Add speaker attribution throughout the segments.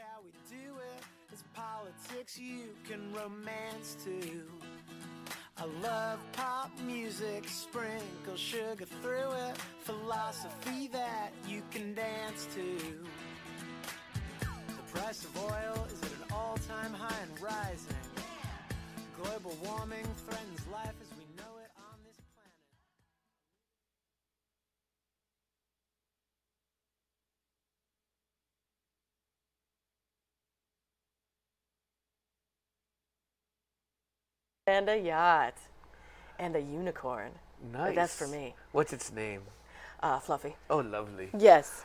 Speaker 1: how we do it. It's politics you can romance to. I love pop music, sprinkle sugar through it. Philosophy that you can dance to. The price of oil is at an all time high and rising. Global warming threatens life as we know it on this planet.
Speaker 2: and a yacht and a unicorn.
Speaker 3: Nice.
Speaker 2: that's for me.
Speaker 3: What's its name?
Speaker 2: Uh, Fluffy.
Speaker 3: Oh, lovely.
Speaker 2: Yes.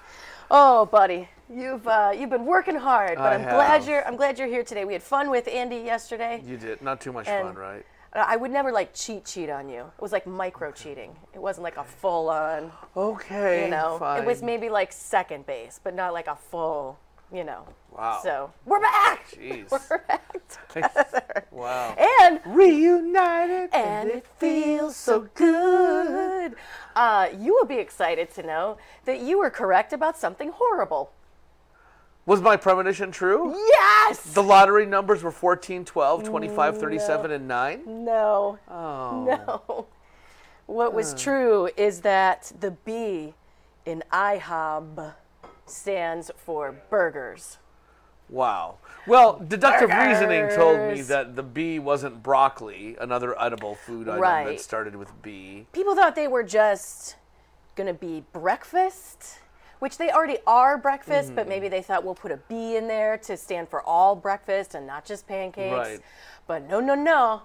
Speaker 2: Oh, buddy, you've uh, you've been working hard, but
Speaker 3: I
Speaker 2: am glad
Speaker 3: have.
Speaker 2: you're I'm glad you're here today. We had fun with Andy yesterday.
Speaker 3: You did. Not too much
Speaker 2: And-
Speaker 3: fun, right?
Speaker 2: I would never like cheat cheat on you. It was like micro cheating. It wasn't like a full on,
Speaker 3: Okay.
Speaker 2: you know.
Speaker 3: Fine.
Speaker 2: It was maybe like second base, but not like a full, you know.
Speaker 3: Wow.
Speaker 2: So we're back.
Speaker 3: Jeez.
Speaker 2: We're back together.
Speaker 3: Wow.
Speaker 2: And
Speaker 3: Reunited.
Speaker 2: and it feels so good. Uh, you will be excited to know that you were correct about something horrible.
Speaker 3: Was my premonition true?
Speaker 2: Yes.
Speaker 3: The lottery numbers were 14, 12, 25, 37, and 9?
Speaker 2: no.
Speaker 3: Oh.
Speaker 2: No. What was true is that the B in IHOB stands for burgers.
Speaker 3: Wow. Well, deductive reasoning told me
Speaker 2: Burgers.
Speaker 3: that the B wasn't broccoli, another edible food item
Speaker 2: Right.
Speaker 3: that started with B.
Speaker 2: People thought they were just going to be breakfast, which they already are breakfast, but maybe
Speaker 3: Mm.
Speaker 2: they thought we'll put a B in there to stand for all breakfast and not just pancakes.
Speaker 3: Right.
Speaker 2: But no, no, no.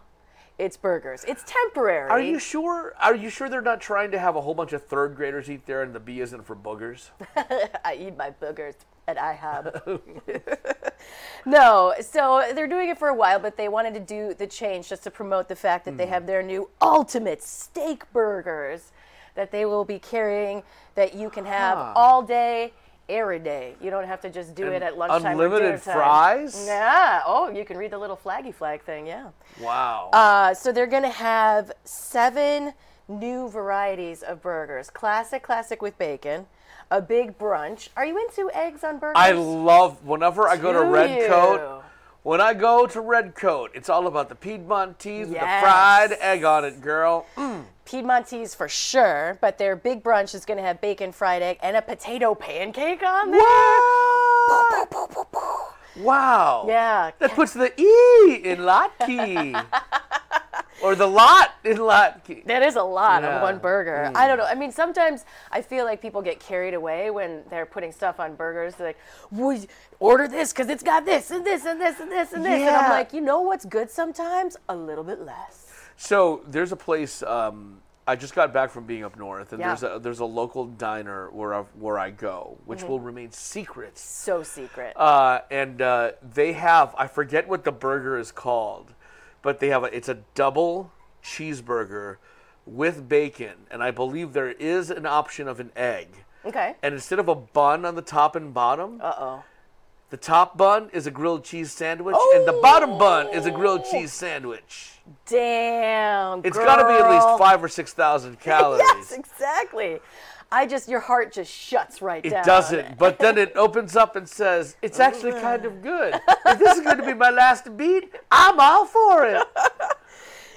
Speaker 2: It's burgers. It's temporary.
Speaker 3: Are you sure? Are you sure they're not trying to have a whole bunch of third graders eat there and the B isn't for boogers?
Speaker 2: I eat my boogers at
Speaker 3: Oh.
Speaker 2: IHOB. no, so they're doing it for a while, but they wanted to do the change just to promote the fact that
Speaker 3: Hmm.
Speaker 2: they have their new ultimate steak burgers that they will be carrying that you can have
Speaker 3: Huh.
Speaker 2: all day. Every day, you don't have to just do it at lunchtime. or dinner
Speaker 3: Unlimited
Speaker 2: time.
Speaker 3: fries?
Speaker 2: Yeah. Oh, you can read the little flaggy flag thing. Yeah.
Speaker 3: Wow.
Speaker 2: Uh, so they're going to have seven new varieties of burgers. Classic, classic with bacon. A big brunch. Are you into eggs on burgers?
Speaker 3: I love whenever I go to
Speaker 2: Do
Speaker 3: Red Coat.
Speaker 2: you?
Speaker 3: When I go to Red Coat, it's all about the Piedmontese with the
Speaker 2: Yes.
Speaker 3: fried egg on it, girl. Mm,
Speaker 2: Piedmontese for sure, but their big brunch is going to have bacon, fried egg, and a potato pancake on there.
Speaker 3: What? wow.
Speaker 2: Yeah.
Speaker 3: That puts the E in latke. or the lot in latke.
Speaker 2: That is a lot
Speaker 3: Yeah. Mm.
Speaker 2: on one burger. I don't know. I mean, sometimes I feel like people get carried away when they're putting stuff on burgers. They're like, well, you- order this because it's got this and this and this and this and this. And I'm
Speaker 3: Yeah.
Speaker 2: like, you know what's good sometimes? A little bit less.
Speaker 3: So there's a place. Um, I just got back from being up north, and
Speaker 2: Yeah.
Speaker 3: there's a there's a local diner where I, where I go, which
Speaker 2: Mm-hmm.
Speaker 3: will remain secret.
Speaker 2: so secret.
Speaker 3: uh, and uh, they have I forget what the burger is called, but they have a, it's a double cheeseburger with bacon, and I believe there is an option of an egg.
Speaker 2: okay.
Speaker 3: And instead of a bun on the top and bottom,
Speaker 2: Uh oh.
Speaker 3: the top bun is a grilled cheese sandwich, and the bottom bun is a grilled
Speaker 2: Oh.
Speaker 3: cheese sandwich.
Speaker 2: Damn.
Speaker 3: It's got to be at least
Speaker 2: girl.
Speaker 3: five or six thousand calories.
Speaker 2: Yes, exactly. I just your heart just shuts right
Speaker 3: It
Speaker 2: down.
Speaker 3: doesn't, but then it opens up and says, "It's actually kind of good. If this is going to be my last beat, I'm all for it."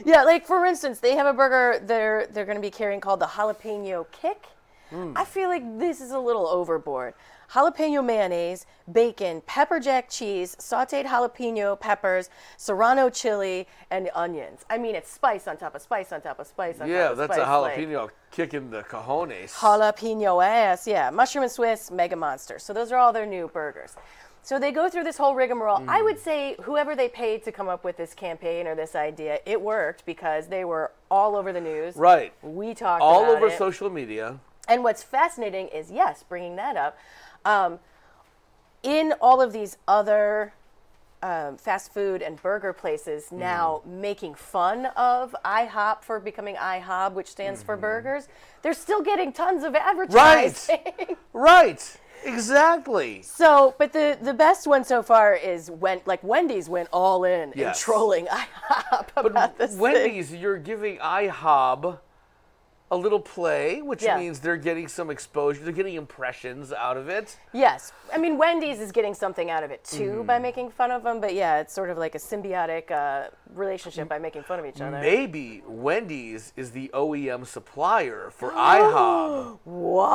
Speaker 2: Yeah, like for instance, they have a burger they're they're going to be carrying called the jalapeno kick.
Speaker 3: Hmm.
Speaker 2: I feel like this is a little overboard. Jalapeno mayonnaise, bacon, pepper jack cheese, sautéed jalapeno peppers, serrano chili, and onions. I mean, it's spice on top of spice on top of spice on
Speaker 3: Yeah,
Speaker 2: top of
Speaker 3: that's
Speaker 2: spice.
Speaker 3: a
Speaker 2: like-
Speaker 3: jalapeno kick in the cojones.
Speaker 2: jalapeno ass. Yeah, mushroom and Swiss, Mega Monster. So those are all their new burgers. So they go through this whole rigmarole. I would say whoever they paid to come up with this campaign or this idea, it worked because they were all over the news.
Speaker 3: right.
Speaker 2: We talked
Speaker 3: All
Speaker 2: about
Speaker 3: over
Speaker 2: it.
Speaker 3: social media.
Speaker 2: And what's fascinating is yes, bringing that up, um, in all of these other um, fast food and burger
Speaker 3: Mm.
Speaker 2: places now making fun of IHOP for becoming IHOB, which stands
Speaker 3: Mm-hmm.
Speaker 2: for burgers, they're still getting tons of advertising.
Speaker 3: Right. Exactly.
Speaker 2: so, but the the best one so far is when like Wendy's went all in and
Speaker 3: Yes.
Speaker 2: trolling IHOP about
Speaker 3: But
Speaker 2: this. thing.
Speaker 3: Wendy's, you're giving IHOB a little play, which
Speaker 2: Yeah.
Speaker 3: means they're getting some exposure. They're getting impressions out of it.
Speaker 2: Yes. I mean, Wendy's is getting something out of it
Speaker 3: Mm-hmm.
Speaker 2: too by making fun of them, but yeah, it's sort of like a symbiotic uh, relationship by making fun of each other.
Speaker 3: Maybe Wendy's is the OEM supplier for IHOP.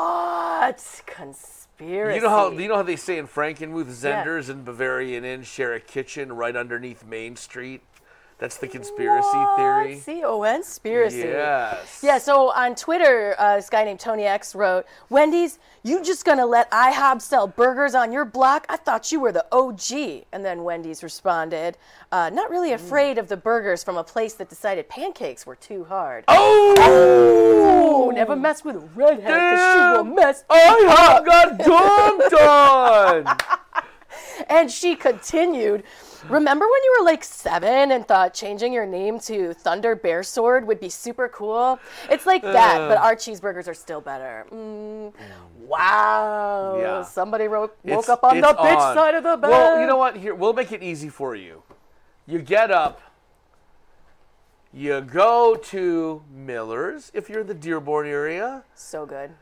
Speaker 2: What? Conspiracy.
Speaker 3: You know how you know how they say in Frankenmuth,
Speaker 2: Yeah.
Speaker 3: Zenders and Bavarian Inn share a kitchen right underneath Main Street. That's the conspiracy theory.
Speaker 2: C O N conspiracy.
Speaker 3: Yes.
Speaker 2: Yeah, so on Twitter, uh, this guy named Tony X wrote, Wendy's, you just gonna let IHOP sell burgers on your block? I thought you were the OG. And then Wendy's responded, uh, not really
Speaker 3: Mm.
Speaker 2: afraid of the burgers from a place that decided pancakes were too hard.
Speaker 3: Oh!
Speaker 2: Oh, never mess with a redhead because she will
Speaker 3: Damn.
Speaker 2: mess.
Speaker 3: IHOP got dumped on.
Speaker 2: And she continued, Remember when you were like seven and thought changing your name to Thunder Bear Sword would be super cool? It's like that, but our cheeseburgers are still better. Mm. Wow.
Speaker 3: Yeah.
Speaker 2: Somebody wrote, woke
Speaker 3: It's-
Speaker 2: up on the
Speaker 3: it's
Speaker 2: bitch
Speaker 3: on.
Speaker 2: side of the bed.
Speaker 3: Well, you know what? Here, we'll make it easy for you. You get up. You go to Miller's if you're in the Dearborn area.
Speaker 2: So good.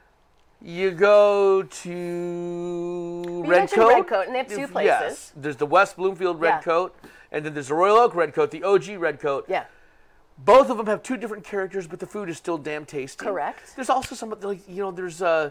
Speaker 3: You go to Red
Speaker 2: mentioned
Speaker 3: Coat.
Speaker 2: Red Coat, and they have two
Speaker 3: If-
Speaker 2: places.
Speaker 3: Yes, there's the West Bloomfield Red
Speaker 2: Yeah.
Speaker 3: Coat, and then there's the Royal Oak Red Coat, the OG Red Coat.
Speaker 2: Yeah.
Speaker 3: Both of them have two different characters, but the food is still damn tasty.
Speaker 2: Correct.
Speaker 3: There's also some like you know there's uh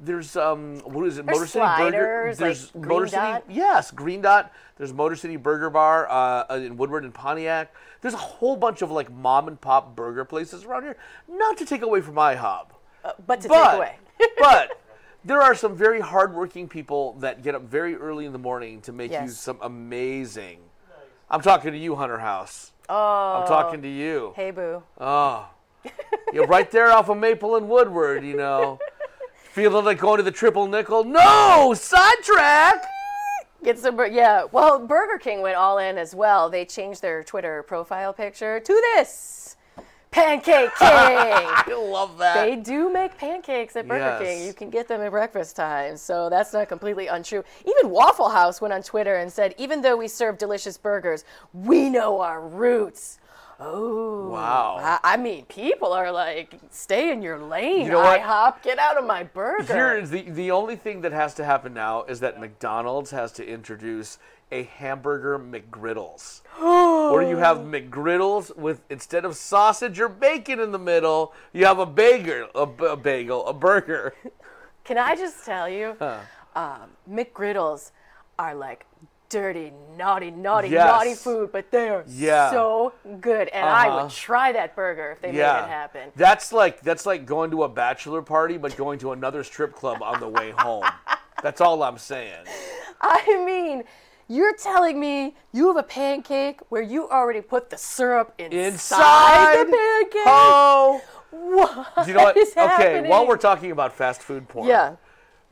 Speaker 3: there's um what is it
Speaker 2: There's
Speaker 3: Motor City Burger.
Speaker 2: sliders, like Green Dot.
Speaker 3: City yes Green Dot. There's Motor City Burger Bar uh, in Woodward and Pontiac. There's a whole bunch of like mom and pop burger places around here. Not to take away from IHOP,
Speaker 2: Uh, But to
Speaker 3: but
Speaker 2: take away.
Speaker 3: but there are some very hardworking people that get up very early in the morning to make you
Speaker 2: Yes.
Speaker 3: some amazing. I'm talking to you, Hunter House. Oh, I'm talking to you.
Speaker 2: Hey, boo.
Speaker 3: Oh, you're right there off of Maple and Woodward, you know. Feeling like going to the triple nickel. No! Sidetrack!
Speaker 2: Get some, bur- yeah. Well, Burger King went all in as well. They changed their Twitter profile picture to this Pancake King.
Speaker 3: I love that.
Speaker 2: They do make pancakes at Burger
Speaker 3: Yes.
Speaker 2: King. You can get them at breakfast time, so that's not completely untrue. Even Waffle House went on Twitter and said, even though we serve delicious burgers, we know our roots. Oh,
Speaker 3: Wow.
Speaker 2: I, I mean, people are like, stay in your lane,
Speaker 3: You know what?
Speaker 2: IHOP. Get out of my burger.
Speaker 3: Here is the, the only thing that has to happen now is that McDonald's has to introduce a hamburger McGriddles. where you have McGriddles with, instead of sausage or bacon in the middle, you have a bagel, a, b- a bagel, a burger.
Speaker 2: Can I just tell you, um, McGriddles are like dirty, naughty, naughty,
Speaker 3: Yes.
Speaker 2: naughty food, but they are
Speaker 3: Yeah.
Speaker 2: so good. And I
Speaker 3: Uh-huh.
Speaker 2: would try that burger if they made it happen.
Speaker 3: That's like that's like going to a bachelor party but going to another strip club on the way home. That's all I'm saying.
Speaker 2: I mean, you're telling me you have a pancake where you already put the syrup inside, the pancake?
Speaker 3: Oh.
Speaker 2: What
Speaker 3: You know what?
Speaker 2: is
Speaker 3: Okay, while
Speaker 2: happening?
Speaker 3: we're talking about fast food porn.
Speaker 2: Yeah.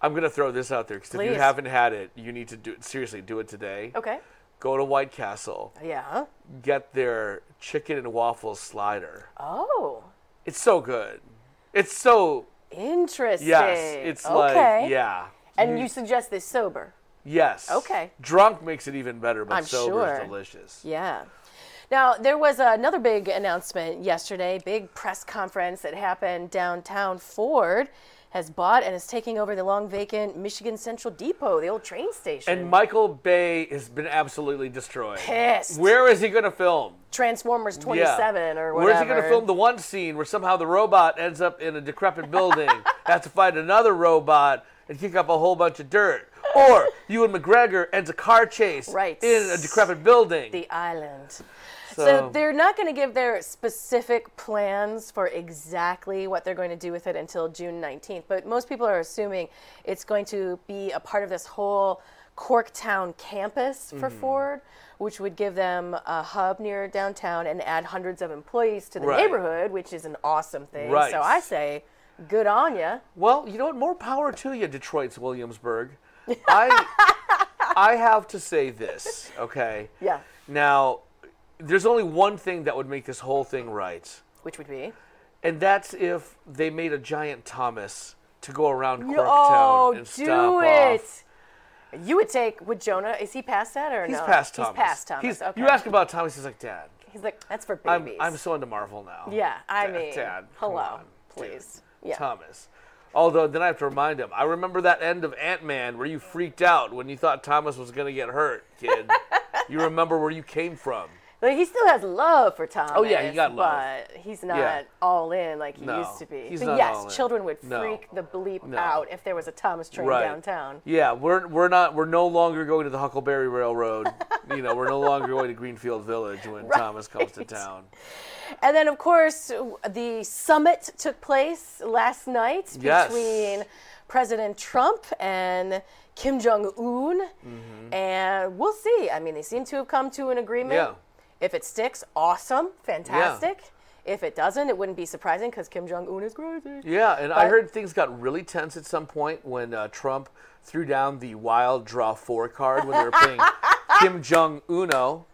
Speaker 3: I'm going to throw this out there cuz if you
Speaker 2: Please.
Speaker 3: haven't had it, you need to do it seriously, do it today.
Speaker 2: Okay.
Speaker 3: Go to White Castle,
Speaker 2: Yeah.
Speaker 3: get their chicken and waffles slider.
Speaker 2: Oh,
Speaker 3: It's so good. It's so
Speaker 2: interesting.
Speaker 3: yes, it's
Speaker 2: okay.
Speaker 3: like yeah.
Speaker 2: And you suggest this sober?
Speaker 3: Yes.
Speaker 2: Okay.
Speaker 3: Drunk makes it even better, but
Speaker 2: I'm
Speaker 3: sober
Speaker 2: sure.
Speaker 3: is delicious.
Speaker 2: Yeah. Now, there was another big announcement yesterday, big press conference that happened downtown. Ford has bought and is taking over the long vacant Michigan Central Depot, the old train station.
Speaker 3: And Michael Bay has been absolutely destroyed.
Speaker 2: Pissed.
Speaker 3: Where is he going to film?
Speaker 2: Transformers
Speaker 3: Yeah.
Speaker 2: 27 or whatever.
Speaker 3: Where is he going to film the one scene where somehow the robot ends up in a decrepit building, has to fight another robot, and kick up a whole bunch of dirt? Or Ewan McGregor ends a car chase
Speaker 2: Right.
Speaker 3: in a decrepit building.
Speaker 2: the island. So,
Speaker 3: So-
Speaker 2: they're not going to give their specific plans for exactly what they're going to do with it until June 19th. But most people are assuming it's going to be a part of this whole Corktown campus for
Speaker 3: Mm-hmm.
Speaker 2: Ford, which would give them a hub near downtown and add hundreds of employees to the
Speaker 3: Right.
Speaker 2: neighborhood, which is an awesome thing.
Speaker 3: Right.
Speaker 2: So I say, good on ya.
Speaker 3: Well, you know what? More power to you, Detroit's Williamsburg. I I have to say this, okay?
Speaker 2: Yeah.
Speaker 3: Now, there's only one thing that would make this whole thing right,
Speaker 2: Which would be.
Speaker 3: and that's if they made a giant Thomas to go around Corktown
Speaker 2: Oh,
Speaker 3: and
Speaker 2: do
Speaker 3: stop
Speaker 2: it.
Speaker 3: off.
Speaker 2: You would take, would Jonah, is he past that or
Speaker 3: He's
Speaker 2: no?
Speaker 3: past Thomas.
Speaker 2: He's past Thomas.
Speaker 3: He's-
Speaker 2: okay.
Speaker 3: You ask about Thomas, he's like, Dad,
Speaker 2: He's like, that's for
Speaker 3: I'm,
Speaker 2: babies.
Speaker 3: I'm so into Marvel now.
Speaker 2: yeah, I
Speaker 3: Dad,
Speaker 2: mean,
Speaker 3: Dad, come
Speaker 2: hello.
Speaker 3: on.
Speaker 2: please. Yeah.
Speaker 3: Thomas. Although then I have to remind him. I remember that end of Ant Man where you freaked out when you thought Thomas was going to get hurt, kid. you remember where you came from.
Speaker 2: Like, he still has love for Thomas.
Speaker 3: Oh, yeah, he got love.
Speaker 2: But he's not
Speaker 3: Yeah.
Speaker 2: all in like he
Speaker 3: No,
Speaker 2: used to be.
Speaker 3: he's
Speaker 2: but
Speaker 3: not
Speaker 2: yes,
Speaker 3: all in.
Speaker 2: children would
Speaker 3: No.
Speaker 2: freak the bleep out if there was a Thomas train
Speaker 3: Right.
Speaker 2: downtown.
Speaker 3: Yeah, we're we're not we're no longer going to the Huckleberry Railroad. you know, we're no longer going to Greenfield Village when Thomas comes to town.
Speaker 2: And then, of course, the summit took place last night
Speaker 3: Yes.
Speaker 2: between President Trump and Kim Jong Un. And we'll see. I mean, they seem to have come to an agreement.
Speaker 3: Mm-hmm. Yeah.
Speaker 2: If it sticks, awesome, fantastic. If it doesn't, it wouldn't be surprising because Kim Jong Un is crazy.
Speaker 3: Yeah, and I
Speaker 2: But-
Speaker 3: heard things got really tense at some point when uh, Trump threw down the wild draw four card when they were playing Kim Jong Uno.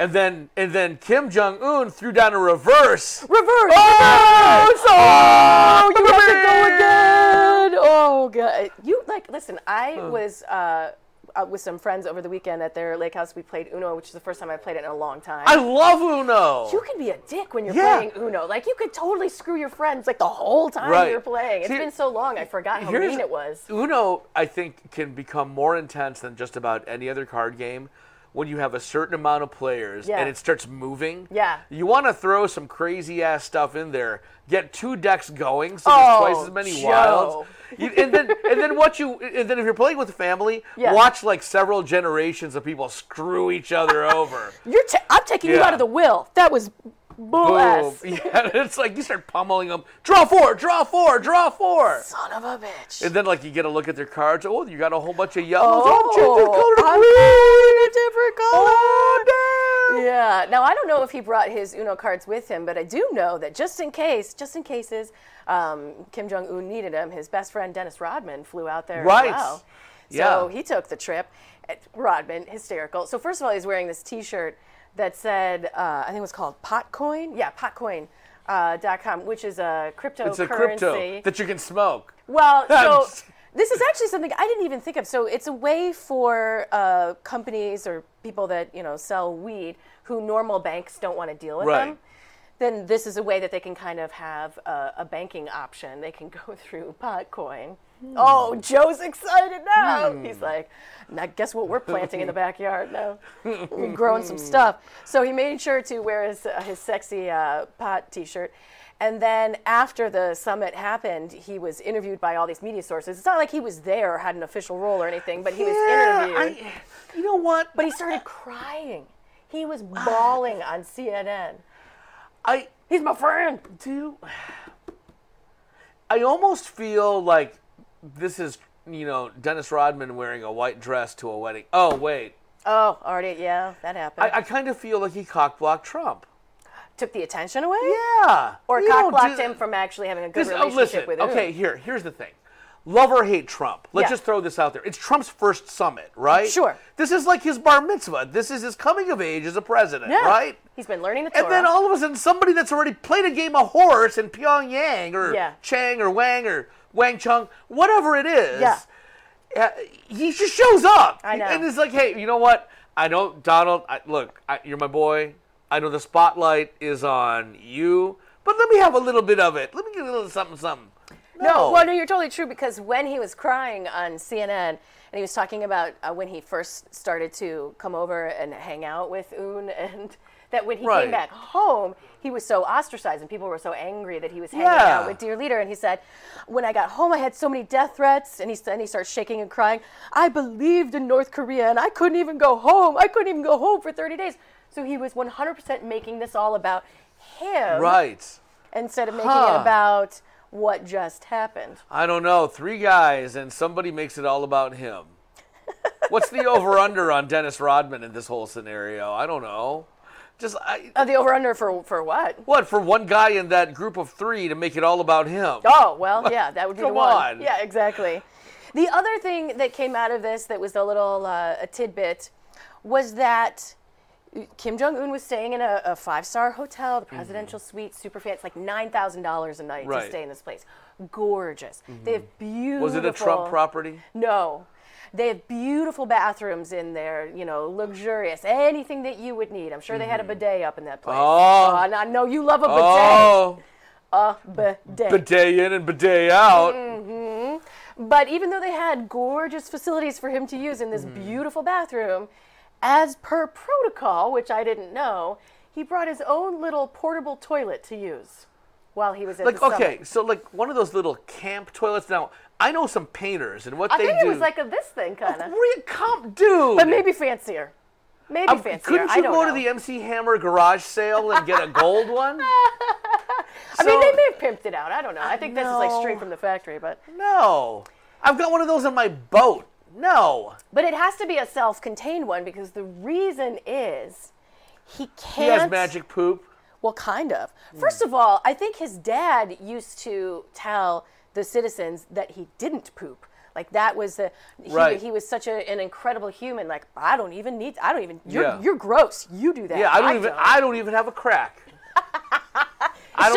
Speaker 3: And then and then Kim Jong Un threw down a reverse.
Speaker 2: Reverse.
Speaker 3: Oh,
Speaker 2: Oh, you have to go again. Oh god, you like listen. I was uh, uh, with some friends over the weekend at their lake house. We played Uno, which is the first time I played it in a long time.
Speaker 3: I love Uno.
Speaker 2: you can be a dick when you're
Speaker 3: Yeah.
Speaker 2: playing Uno. Like you could totally screw your friends like the whole time
Speaker 3: Right.
Speaker 2: you're playing. It's
Speaker 3: See,
Speaker 2: been so long, I forgot how
Speaker 3: Here's-
Speaker 2: mean it was.
Speaker 3: Uno, I think, can become more intense than just about any other card game when you have a certain amount of players
Speaker 2: Yeah.
Speaker 3: and it starts moving.
Speaker 2: Yeah.
Speaker 3: You want to throw some crazy ass stuff in there, get two decks going, so there's
Speaker 2: Oh,
Speaker 3: twice as many
Speaker 2: Joe.
Speaker 3: wilds. You, and then, and then what you, and then if you're playing with a family,
Speaker 2: Yeah.
Speaker 3: watch like several generations of people screw each other over.
Speaker 2: You're ta- I'm taking you
Speaker 3: Yeah.
Speaker 2: out of the will. That was bull
Speaker 3: Boom.
Speaker 2: ass.
Speaker 3: Yeah, it's like you start pummeling them. Draw four, draw four, draw four.
Speaker 2: Son of a bitch.
Speaker 3: And then, like, you get a look at their cards. Oh, you got a whole bunch of yellows.
Speaker 2: Oh,
Speaker 3: Oh, change the color to
Speaker 2: I'm
Speaker 3: green.
Speaker 2: different color.
Speaker 3: Oh, damn.
Speaker 2: Yeah. Now I don't know if he brought his Uno cards with him, but I do know that just in case, just in cases, um, Kim Jong Un needed him. His best friend Dennis Rodman flew out there.
Speaker 3: Right.
Speaker 2: As well. So
Speaker 3: Oh, Yeah.
Speaker 2: he took the trip. Uh, Rodman, hysterical. So first of all, he's wearing this T-shirt that said, uh, I think it was called Potcoin. Yeah, Potcoin. Uh, dot com, which is a cryptocurrency.
Speaker 3: It's a crypto that you can smoke.
Speaker 2: Well,
Speaker 3: I'm
Speaker 2: so
Speaker 3: just-
Speaker 2: this is actually something I didn't even think of. So it's a way for uh, companies or people that you know sell weed who normal banks don't want to deal with them.
Speaker 3: Right.
Speaker 2: Then this is a way that they can kind of have a, a banking option. They can go through Potcoin.
Speaker 3: Hmm.
Speaker 2: Oh, Joe's excited now. He's like, now guess what we're planting in the backyard now? We're growing
Speaker 3: Mm-hmm.
Speaker 2: some stuff. So he made sure to wear his, uh, his sexy uh, pot t shirt. And then after the summit happened, he was interviewed by all these media sources. It's not like he was there or had an official role or anything, but he was interviewed.
Speaker 3: I, you know what?
Speaker 2: But he started crying. He was bawling on CNN.
Speaker 3: I
Speaker 2: He's my friend.
Speaker 3: do. I almost feel like this is, you know, Dennis Rodman wearing a white dress to a wedding. Oh, wait.
Speaker 2: Oh, already, yeah, that happened.
Speaker 3: I, I kind of feel like he cockblocked Trump.
Speaker 2: Took the attention away?
Speaker 3: Yeah.
Speaker 2: Or
Speaker 3: You
Speaker 2: cock
Speaker 3: don't
Speaker 2: blocked
Speaker 3: do-
Speaker 2: him from actually having a good
Speaker 3: This- oh,
Speaker 2: relationship
Speaker 3: listen,
Speaker 2: with him.
Speaker 3: okay, here, here's the thing. Love or hate Trump. Let's
Speaker 2: Yeah.
Speaker 3: just throw this out there. It's Trump's first summit, right?
Speaker 2: Sure.
Speaker 3: This is like his bar mitzvah. This is his coming of age as a president,
Speaker 2: Yeah.
Speaker 3: right?
Speaker 2: He's been learning the Torah.
Speaker 3: And then all of a sudden, somebody that's already played a game of horse in Pyongyang or
Speaker 2: Yeah.
Speaker 3: Chang or Wang or Wang Chung, whatever it is,
Speaker 2: Yeah.
Speaker 3: uh, he just shows up.
Speaker 2: I know.
Speaker 3: And it's like, hey, you know what? I know, Donald, I, look, I, you're my boy. I know the spotlight is on you, but let me have a little bit of it. Let me get a little something, something.
Speaker 2: No, well, no, you're totally true because when he was crying on CNN and he was talking about uh, when he first started to come over and hang out with Un, and that when he came
Speaker 3: Right.
Speaker 2: back home, he was so ostracized and people were so angry that he was hanging
Speaker 3: Yeah.
Speaker 2: out with Dear Leader. And he said, When I got home, I had so many death threats. And he, s- and he starts shaking and crying. I believed in North Korea and I couldn't even go home. I couldn't even go home for 30 days. So he was 100% making this all about him
Speaker 3: Right.
Speaker 2: instead of making
Speaker 3: Huh.
Speaker 2: it about what just happened.
Speaker 3: I don't know, three guys, and somebody makes it all about him. What's the over under on Dennis Rodman in this whole scenario? I don't know. Just I,
Speaker 2: Uh, the over under for for what?
Speaker 3: what for one guy in that group of three to make it all about him?
Speaker 2: Oh well, yeah, that would be the
Speaker 3: Come
Speaker 2: one.
Speaker 3: on.
Speaker 2: Yeah, exactly. The other thing that came out of this that was a little uh, a tidbit was that Kim Jong Un was staying in a, a five star hotel, the presidential suite, super fancy. It's like nine thousand dollars a night to
Speaker 3: Mm-hmm. Right. Mm-hmm.
Speaker 2: stay in this place. Gorgeous. They have beautiful.
Speaker 3: Was it a Trump property?
Speaker 2: No. They have beautiful bathrooms in there, you know, luxurious, anything that you would need. I'm sure they had a bidet up in that place.
Speaker 3: Mm-hmm. Oh.
Speaker 2: and I know you love a bidet.
Speaker 3: Oh,
Speaker 2: a bidet.
Speaker 3: Bidet in and bidet out.
Speaker 2: Mm, But even though they had gorgeous facilities for him to use in this
Speaker 3: Mm-hmm.
Speaker 2: beautiful bathroom, as per protocol, which I didn't know, he brought his own little portable toilet to use while he was at
Speaker 3: Like
Speaker 2: the
Speaker 3: okay,
Speaker 2: summit.
Speaker 3: so like one of those little camp toilets. Now I know some painters and what
Speaker 2: I
Speaker 3: they
Speaker 2: think
Speaker 3: do.
Speaker 2: it was like a this thing kind of,
Speaker 3: Re- come, dude.
Speaker 2: but maybe fancier. Maybe
Speaker 3: Uh,
Speaker 2: fancier.
Speaker 3: Couldn't you
Speaker 2: I don't
Speaker 3: go to
Speaker 2: know.
Speaker 3: the MC Hammer garage sale and get a gold one?
Speaker 2: I mean,
Speaker 3: So-
Speaker 2: they may have pimped it out. I don't know. I think this is like
Speaker 3: No.
Speaker 2: straight from the factory, but
Speaker 3: No, I've got one of those in my boat. No,
Speaker 2: but it has to be a self-contained one because the reason is he can't.
Speaker 3: he has magic poop.
Speaker 2: Well, kind of.
Speaker 3: Hmm.
Speaker 2: First of all, I think his dad used to tell the citizens that he didn't poop. Like that was the he,
Speaker 3: Right.
Speaker 2: he was such a, an incredible human. Like I don't even need. I don't even. You're
Speaker 3: Yeah.
Speaker 2: you're gross. You do that.
Speaker 3: Yeah, I don't even. I don't even have a crack. I don't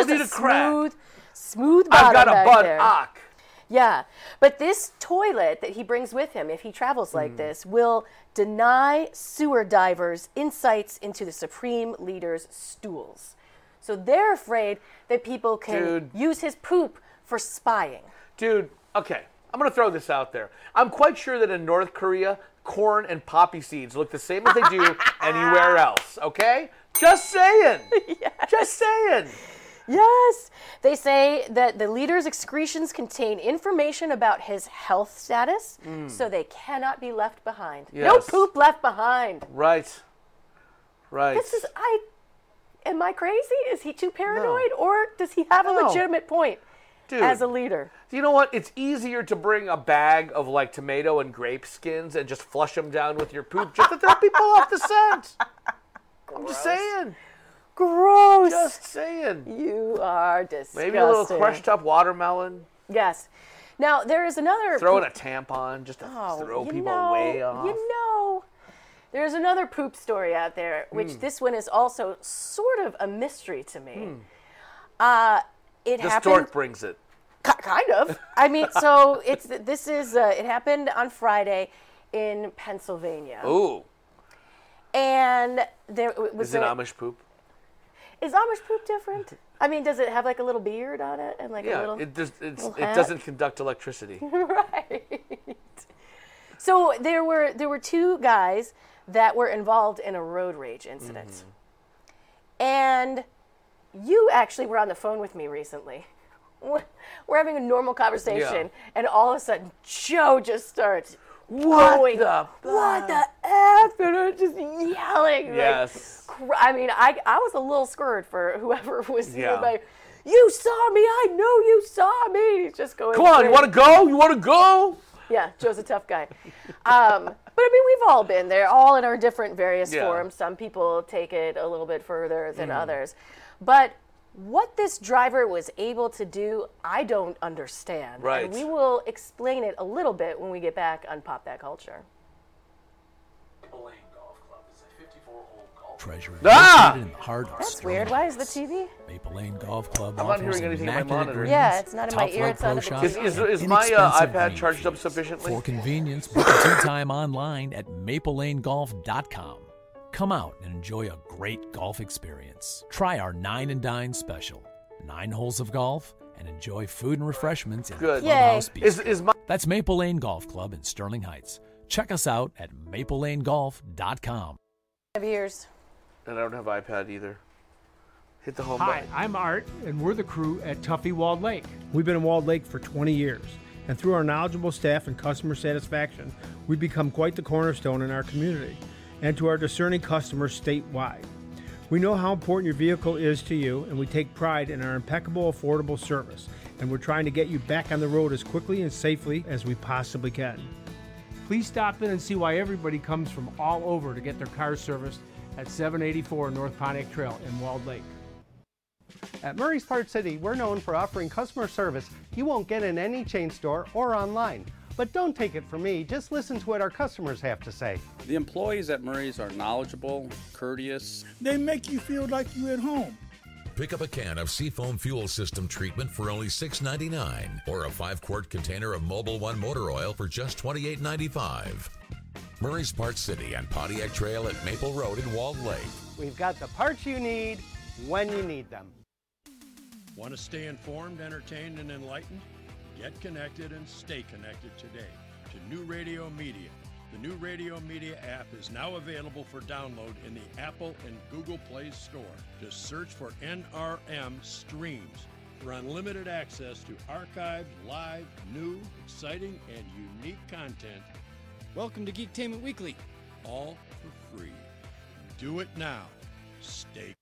Speaker 2: It's
Speaker 3: need a,
Speaker 2: just
Speaker 3: crack.
Speaker 2: Smooth, smooth bottom
Speaker 3: I've got a
Speaker 2: back
Speaker 3: butt
Speaker 2: there.
Speaker 3: ock.
Speaker 2: Yeah, but this toilet that he brings with him, if he travels like
Speaker 3: Hmm.
Speaker 2: this, will deny sewer divers insights into the supreme leader's stools. So they're afraid that people can
Speaker 3: Dude.
Speaker 2: use his poop for spying.
Speaker 3: Dude, okay. I'm going to throw this out there. I'm quite sure that in North Korea, corn and poppy seeds look the same as they do anywhere else, okay? Just saying. Just saying.
Speaker 2: Yes! They say that the leader's excretions contain information about his health status, so they cannot be left behind. No
Speaker 3: Hmm. Yes.
Speaker 2: poop left behind.
Speaker 3: Right. Right.
Speaker 2: This is I am I crazy? Is he too paranoid or does he have a
Speaker 3: No.
Speaker 2: legitimate point
Speaker 3: Dude,
Speaker 2: as a leader?
Speaker 3: you know what? It's easier to bring a bag of like tomato and grape skins and just flush them down with your poop just to throw people off the scent. I'm just saying.
Speaker 2: Gross.
Speaker 3: Just saying.
Speaker 2: you are disgusting.
Speaker 3: Maybe a little crushed up watermelon.
Speaker 2: Yes. Now there is another
Speaker 3: Throw in
Speaker 2: poop-
Speaker 3: a tampon just to
Speaker 2: Oh,
Speaker 3: throw
Speaker 2: you
Speaker 3: people
Speaker 2: know,
Speaker 3: way off.
Speaker 2: You know. There's another poop story out there,
Speaker 3: Hmm.
Speaker 2: which this one is also sort of a mystery to me.
Speaker 3: Hmm.
Speaker 2: Uh, it
Speaker 3: This
Speaker 2: happened.
Speaker 3: dork brings it.
Speaker 2: Ki- kind of. I mean, so it's this is uh, it happened on Friday in Pennsylvania.
Speaker 3: Ooh,
Speaker 2: And there w- was
Speaker 3: Oh. is it
Speaker 2: there-
Speaker 3: Amish poop?
Speaker 2: Is Amish poop different? I mean, does it have like a little beard on it and like a
Speaker 3: Yeah,
Speaker 2: little
Speaker 3: it does, it's,
Speaker 2: little
Speaker 3: it
Speaker 2: hat.
Speaker 3: doesn't conduct electricity.
Speaker 2: right? So there were there were two guys that were involved in a road rage incident,
Speaker 3: Mm-hmm.
Speaker 2: and you actually were on the phone with me recently. We're we're having a normal conversation, and all of a sudden, Joe just starts.
Speaker 3: What
Speaker 2: going,
Speaker 3: the
Speaker 2: What the f? And I'm just yelling. like,
Speaker 3: Yes.
Speaker 2: cr- I mean, I I was a little scared for whoever was
Speaker 3: Yeah.
Speaker 2: nearby. You saw me. I know you saw me. He's just going.
Speaker 3: Come on, you
Speaker 2: crazy.
Speaker 3: want to go? You want to go?
Speaker 2: Yeah, Joe's a tough guy. Um, but I mean, we've all been there, all in our different various
Speaker 3: Yeah. Mm.
Speaker 2: forms. Some people take it a little bit further than others. But what this driver was able to do, I don't understand.
Speaker 3: Right.
Speaker 2: And we will explain it a little bit when we get back on Pop That Culture.
Speaker 4: Blaine Golf Club is a 54-hole golf
Speaker 5: Treasure
Speaker 3: Ah!
Speaker 5: located in the heart of
Speaker 2: That's weird. Why is the TV?
Speaker 5: Maple Lane Golf Club
Speaker 3: I'm not
Speaker 5: offers
Speaker 3: hearing anything in my
Speaker 5: immaculate
Speaker 3: monitor.
Speaker 5: greens,
Speaker 2: Yeah, it's not in my
Speaker 5: top
Speaker 2: ear,
Speaker 5: flight
Speaker 2: it's not
Speaker 5: pro
Speaker 2: in the
Speaker 5: shop,
Speaker 2: Is-
Speaker 3: is-
Speaker 5: and
Speaker 3: is my, uh,
Speaker 5: inexpensive
Speaker 3: iPad
Speaker 5: green
Speaker 3: charged up
Speaker 5: fees.
Speaker 3: sufficiently?
Speaker 5: For convenience, book a tee time online at maplelanegolf.com. Come out and enjoy a great golf experience. Try our Nine and Dine special. Nine holes of golf and enjoy food and refreshments in
Speaker 3: Good.
Speaker 5: the clubhouse
Speaker 2: Yay.
Speaker 3: Is
Speaker 5: bistro.
Speaker 3: is my
Speaker 5: That's Maple Lane Golf Club in Sterling Heights. Check us out at maplelanegolf.com.
Speaker 2: Of years.
Speaker 3: and I don't have iPad either. Hit the home
Speaker 6: Hi,
Speaker 3: button.
Speaker 6: I'm Art, and we're the crew at Tuffy Walled Lake. We've been in Walled Lake for 20 years, and through our knowledgeable staff and customer satisfaction, we've become quite the cornerstone in our community and to our discerning customers statewide. We know how important your vehicle is to you, and we take pride in our impeccable, affordable service, and we're trying to get you back on the road as quickly and safely as we possibly can. Please stop in and see why everybody comes from all over to get their cars serviced at 784 North Pontiac Trail in Walled Lake.
Speaker 7: At Murray's Part City, we're known for offering customer service you won't get in any chain store or online. But don't take it from me, just listen to what our customers have to say.
Speaker 8: The employees at Murray's are knowledgeable, courteous,
Speaker 9: They make you feel like you're at home.
Speaker 10: Pick up a can of Seafoam Fuel System treatment for only $6.99 or a 5 quart container of Mobile One motor oil for just $28.95. Murray's Park City and Pontiac Trail at Maple Road in Walled Lake.
Speaker 7: We've got the parts you need when you need them.
Speaker 11: Want to stay informed, entertained, and enlightened? Get connected and stay connected today to New Radio Media. The New Radio Media app is now available for download in the Apple and Google Play Store. Just search for NRM Streams for unlimited access to archived, live, new, exciting, and unique content. Welcome to Geektainment Weekly. All for free. Do it now. Stay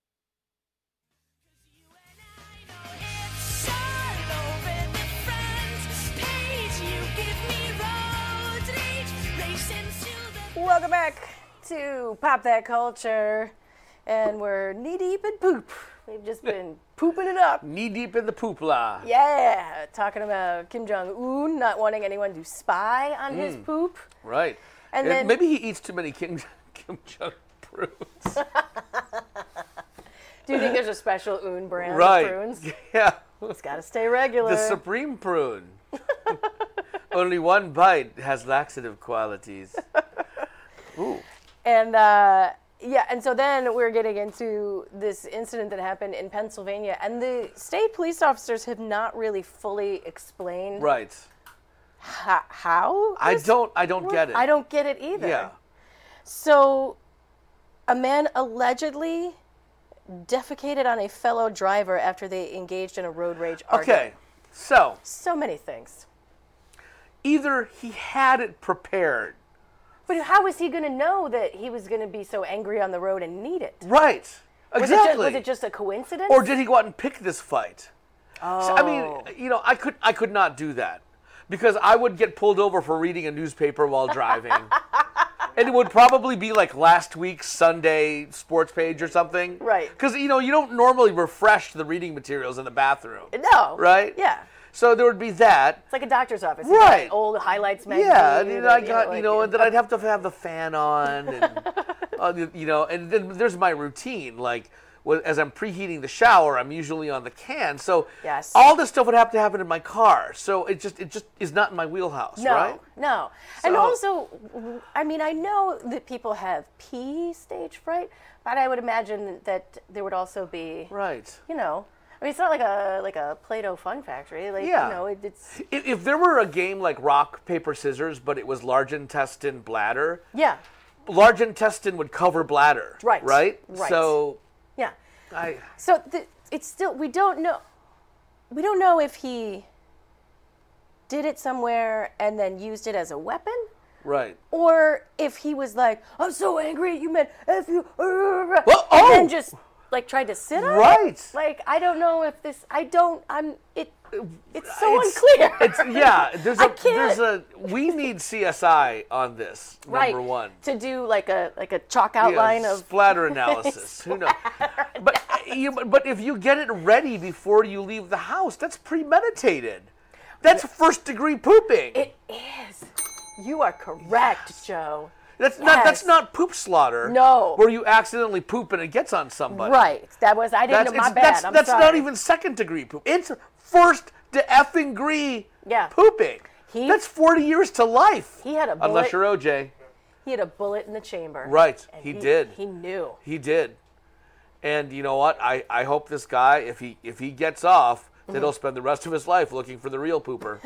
Speaker 2: Welcome back to Pop That Culture. And we're knee deep in poop. We've just been pooping it up.
Speaker 3: Knee deep in the poopla.
Speaker 2: Yeah, talking about Kim Jong Un not wanting anyone to spy on his
Speaker 3: Mm.
Speaker 2: poop.
Speaker 3: Right.
Speaker 2: And
Speaker 3: And,
Speaker 2: then-
Speaker 3: maybe he eats too many Kim Kim Jong prunes.
Speaker 2: Do you think there's a special Un brand
Speaker 3: right.
Speaker 2: of prunes?
Speaker 3: Yeah.
Speaker 2: It's got to stay regular.
Speaker 3: The supreme prune. Only one bite has laxative qualities. Ooh.
Speaker 2: and uh, yeah, and so then we're getting into this incident that happened in Pennsylvania, and the state police officers have not really fully explained
Speaker 3: Right.
Speaker 2: ho- how.
Speaker 3: I
Speaker 2: this
Speaker 3: don't. I don't
Speaker 2: worked.
Speaker 3: get it.
Speaker 2: I don't get it either.
Speaker 3: Yeah.
Speaker 2: So, a man allegedly defecated on a fellow driver after they engaged in a road rage argument.
Speaker 3: Okay. So
Speaker 2: So many things.
Speaker 3: either he had it prepared.
Speaker 2: But how was he going to know that he was going to be so angry on the road and need it?
Speaker 3: Right.
Speaker 2: Was it ju-
Speaker 3: Exactly.
Speaker 2: was it just a coincidence?
Speaker 3: Or did he go out and pick this fight?
Speaker 2: Oh.
Speaker 3: So, I mean, you know, I could I could not do that because I would get pulled over for reading a newspaper while driving. and it would probably be like last week's Sunday sports page or something. Right. Cuz you know, you don't normally refresh the reading materials in the bathroom.
Speaker 2: No.
Speaker 3: Right?
Speaker 2: Yeah.
Speaker 3: So there would be that.
Speaker 2: It's like a doctor's office. You
Speaker 3: Right.
Speaker 2: got Old highlights magazine.
Speaker 3: Yeah, and then I
Speaker 2: you know,
Speaker 3: got you
Speaker 2: like-
Speaker 3: know, and then I'd have to have the fan on, and uh, you know, and then there's my routine. Like wh- as I'm preheating the shower, I'm usually on the can, so
Speaker 2: Yes.
Speaker 3: all this stuff would have to happen in my car. So it just it just is not in my wheelhouse,
Speaker 2: no,
Speaker 3: right?
Speaker 2: no. And
Speaker 3: So-
Speaker 2: also, w- I mean, I know that people have pee stage fright, but I would imagine that there would also be
Speaker 3: right.
Speaker 2: You know, I mean, it's not like a like a Play-Doh Fun Factory. Like
Speaker 3: Yeah.
Speaker 2: you know, it, it's
Speaker 3: If, if there were a game like rock paper scissors, but it was large intestine bladder,
Speaker 2: yeah,
Speaker 3: large intestine would cover bladder,
Speaker 2: Right,
Speaker 3: Right.
Speaker 2: right.
Speaker 3: So
Speaker 2: yeah.
Speaker 3: I
Speaker 2: So th- it's still we don't know. We don't know if he did it somewhere and then used it as a weapon,
Speaker 3: right.
Speaker 2: or if he was like, "I'm so angry at you, man. If you," and
Speaker 3: oh!
Speaker 2: then just like tried to sit on
Speaker 3: Right.
Speaker 2: it. Like I don't know if this. I don't. I'm. It. It's so
Speaker 3: It's-
Speaker 2: unclear.
Speaker 3: It's yeah. There's a
Speaker 2: I can't-
Speaker 3: there's a we need CSI on this
Speaker 2: right
Speaker 3: number one.
Speaker 2: to do like a like a chalk
Speaker 3: Yeah,
Speaker 2: outline of
Speaker 3: splatter analysis. Who knows? But you, but if you get it ready before you leave the house, that's premeditated. That's first degree pooping.
Speaker 2: It is. You are correct, Joe.
Speaker 3: that's not that's
Speaker 2: Yes.
Speaker 3: not poop slaughter.
Speaker 2: No.
Speaker 3: where you accidentally poop and it gets on somebody.
Speaker 2: Right. That was I didn't
Speaker 3: That's,
Speaker 2: know my
Speaker 3: it's-
Speaker 2: bad.
Speaker 3: that's,
Speaker 2: I'm
Speaker 3: that's
Speaker 2: sorry.
Speaker 3: not even second degree poop. It's first to effing degree
Speaker 2: Yeah.
Speaker 3: pooping. that's 40 years to life.
Speaker 2: He had a bullet.
Speaker 3: Unless you're OJ.
Speaker 2: He had a bullet in the chamber.
Speaker 3: Right,
Speaker 2: And
Speaker 3: he did.
Speaker 2: He knew.
Speaker 3: He did. And you know what? I, I hope this guy, if he if he gets off, that he'll
Speaker 2: Mhm.
Speaker 3: spend the rest of his life looking for the real pooper.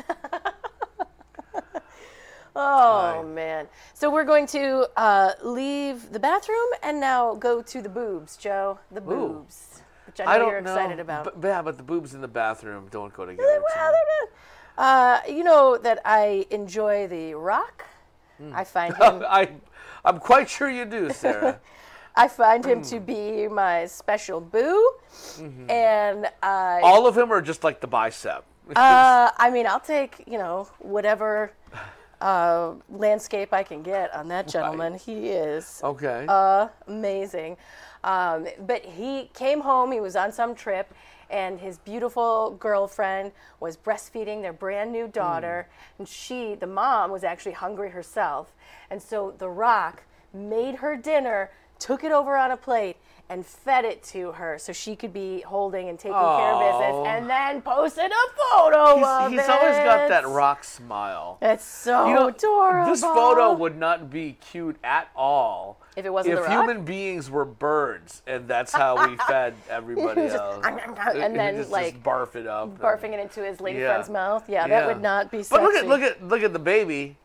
Speaker 2: Oh man. So we're going to uh, leave the bathroom and now go to the boobs, Joe. The boobs, which I know
Speaker 3: don't
Speaker 2: you're excited about.
Speaker 3: But, yeah, but the boobs in the bathroom don't go together.
Speaker 2: Well, they're not- Uh, you know that I enjoy The Rock. I find him.
Speaker 3: I I'm quite sure you do, Sarah.
Speaker 2: I find him to be my special boo, Mm-hmm.
Speaker 3: Mhm.
Speaker 2: and I.
Speaker 3: All of him are just like the bicep.
Speaker 2: uh, I mean, I'll take you know whatever uh, landscape I can get on that gentleman. He is
Speaker 3: Okay.
Speaker 2: amazing. Um, but he came home. He was on some trip, and his beautiful girlfriend was breastfeeding their brand new daughter,
Speaker 3: Hmm.
Speaker 2: and she, the mom, was actually hungry herself, and so The Rock made her dinner, took it over on a plate, and fed it to her so she could be holding and taking care of
Speaker 3: Oh.
Speaker 2: business and then posted a photo of
Speaker 3: He's, he's always got
Speaker 2: it.
Speaker 3: that rock smile.
Speaker 2: It's so adorable.
Speaker 3: This photo would not be cute at all
Speaker 2: If it wasn't
Speaker 3: if
Speaker 2: The Rock?
Speaker 3: human beings were birds, and that's how we fed everybody
Speaker 2: Just,
Speaker 3: else.
Speaker 2: and then,
Speaker 3: Just- just
Speaker 2: like,
Speaker 3: barf it up.
Speaker 2: barfing it into his lady
Speaker 3: Yeah.
Speaker 2: friend's mouth. Yeah, that
Speaker 3: Yeah.
Speaker 2: would not be sexy.
Speaker 3: But look at look at look at the baby.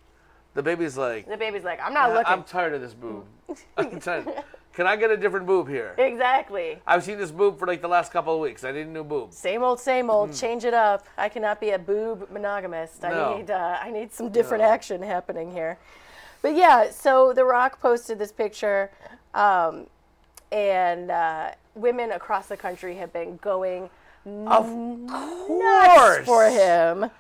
Speaker 3: The baby's like,
Speaker 2: the baby's like, I'm not
Speaker 3: "Yeah,
Speaker 2: looking.
Speaker 3: I'm tired of this boob. I'm tired. Can I get a different boob here?
Speaker 2: exactly.
Speaker 3: I've seen this boob for like the last couple of weeks. I need a new boob.
Speaker 2: Same old, same old.
Speaker 3: Mm.
Speaker 2: Change it up. I cannot be a boob monogamist.
Speaker 3: No.
Speaker 2: I need, uh, I need some different
Speaker 3: No.
Speaker 2: action happening here. But yeah, so The Rock posted this picture, um, and uh, women across the country have been going
Speaker 3: Of
Speaker 2: nuts for him.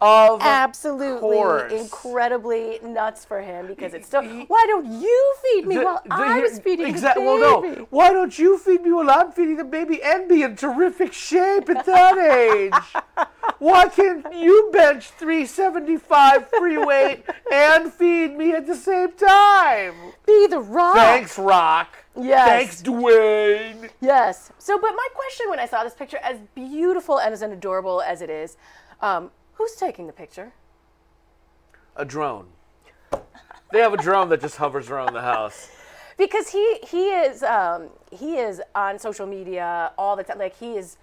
Speaker 3: Of
Speaker 2: absolutely
Speaker 3: course.
Speaker 2: incredibly nuts for him because it's still. Why don't you feed me
Speaker 3: The-
Speaker 2: while
Speaker 3: the-
Speaker 2: I was feeding
Speaker 3: exact-
Speaker 2: the
Speaker 3: well,
Speaker 2: baby?
Speaker 3: no. Why don't you feed me while I'm feeding the baby and be in terrific shape at that age? Why can't you bench 375 free weight and feed me at the same time?
Speaker 2: Be the rock.
Speaker 3: Thanks, Rock.
Speaker 2: Oh. Yes.
Speaker 3: Thanks, Dwayne.
Speaker 2: Yes. So, but my question when I saw this picture, as beautiful and as adorable as it is, um, who's taking the picture?
Speaker 3: A drone. They have a drone that just hovers around the house.
Speaker 2: Because he he is um, he is on social media all the time. Like he is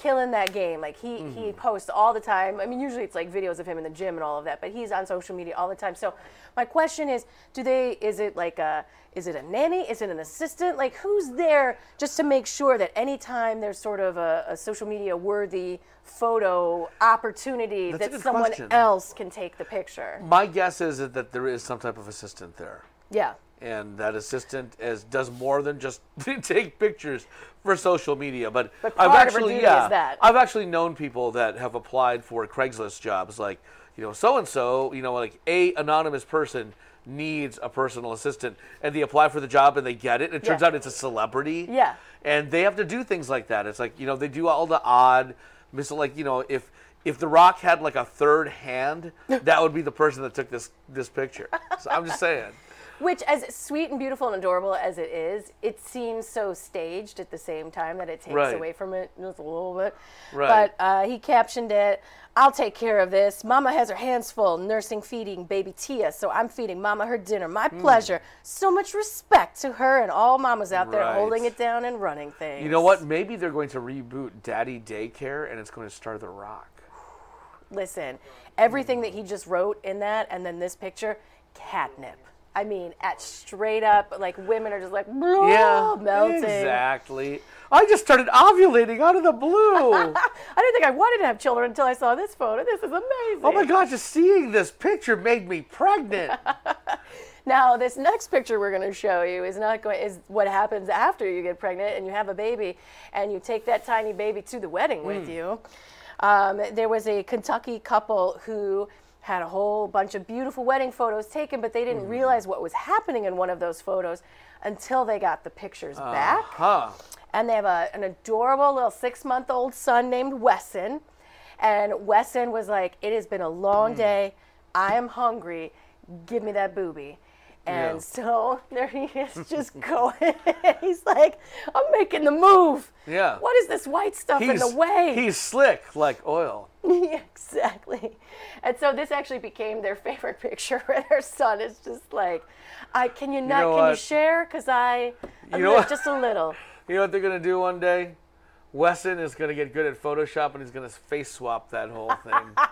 Speaker 2: killing that game. Like he he
Speaker 3: Mm-hmm.
Speaker 12: Mhm.
Speaker 2: posts all the time. I mean, usually it's like videos of him in the gym and all of that, but he's on social media all the time. So, my question is, do they? Is it like a is it a nanny? Is it an assistant? Like who's there just to make sure that anytime there's sort of a, a social media worthy photo opportunity,
Speaker 3: That's a
Speaker 2: that
Speaker 3: good
Speaker 2: someone
Speaker 3: question.
Speaker 2: else can take the picture?
Speaker 3: My guess is that- that there is some type of assistant there.
Speaker 2: Yeah.
Speaker 3: and that assistant is does more than just take pictures for social media. But,
Speaker 2: But
Speaker 3: I've
Speaker 2: part of her
Speaker 3: actually
Speaker 2: duty
Speaker 3: yeah,
Speaker 2: is that.
Speaker 3: I've actually known people that have applied for Craigslist jobs, like you know so and so, you know like a anonymous person needs a personal assistant, and they apply for the job and they get it. It turns
Speaker 2: Yeah.
Speaker 3: out it's a celebrity.
Speaker 2: Yeah.
Speaker 3: and they have to do things like that. It's like you know they do all the odd, mis- like you know if. If The Rock had like a third hand, that would be the person that took this this picture. So I'm just saying.
Speaker 2: Which, as sweet and beautiful and adorable as it is, it seems so staged at the same time that it takes
Speaker 12: Right.
Speaker 2: away from it just a little bit.
Speaker 12: Right.
Speaker 2: But uh, he captioned it I'll take care of this. Mama has her hands full nursing, feeding baby Tia, so I'm feeding Mama her dinner. My
Speaker 3: Mm.
Speaker 2: pleasure. So much respect to her and all mamas out there
Speaker 3: Right.
Speaker 2: holding it down and running things.
Speaker 3: You know what? Maybe they're going to reboot Daddy Daycare and it's going to star The Rock.
Speaker 2: Listen, everything that he just wrote in that and then this picture, catnip. I mean, at straight up, like women are just like, yeah, Oh, melting.
Speaker 3: Exactly. I just started ovulating out of the blue.
Speaker 2: I didn't think I wanted to have children until I saw this photo. This is amazing.
Speaker 3: oh my God, just seeing this picture made me pregnant.
Speaker 2: Now, this next picture we're going to show you is not going is what happens after you get pregnant and you have a baby and you take that tiny baby to the wedding with
Speaker 12: Mm.
Speaker 2: you. Um, there was a Kentucky couple who had a whole bunch of beautiful wedding photos taken, but they didn't
Speaker 3: Mm.
Speaker 2: realize what was happening in one of those photos until they got the pictures
Speaker 3: Oh,
Speaker 2: back.
Speaker 3: Huh.
Speaker 2: and they have a, an adorable little six month old son named Wesson. And Wesson was like, It has been a long
Speaker 3: Mm.
Speaker 2: day. I am hungry. Give me that booby. And
Speaker 12: Yeah.
Speaker 2: so there he is, just going. he's like, I'm making the move.
Speaker 3: Yeah.
Speaker 2: What is this white stuff in the way?
Speaker 3: He's slick like oil.
Speaker 2: Yeah, exactly. And so this actually became their favorite picture. And her son is just like, I, Can you not?
Speaker 3: know
Speaker 2: can you
Speaker 3: what?
Speaker 2: share? Because I, I
Speaker 3: You know
Speaker 2: live
Speaker 3: what?
Speaker 2: just a little.
Speaker 3: You know what they're going to do one day? Wesson is going to get good at Photoshop and he's going to face swap that whole thing.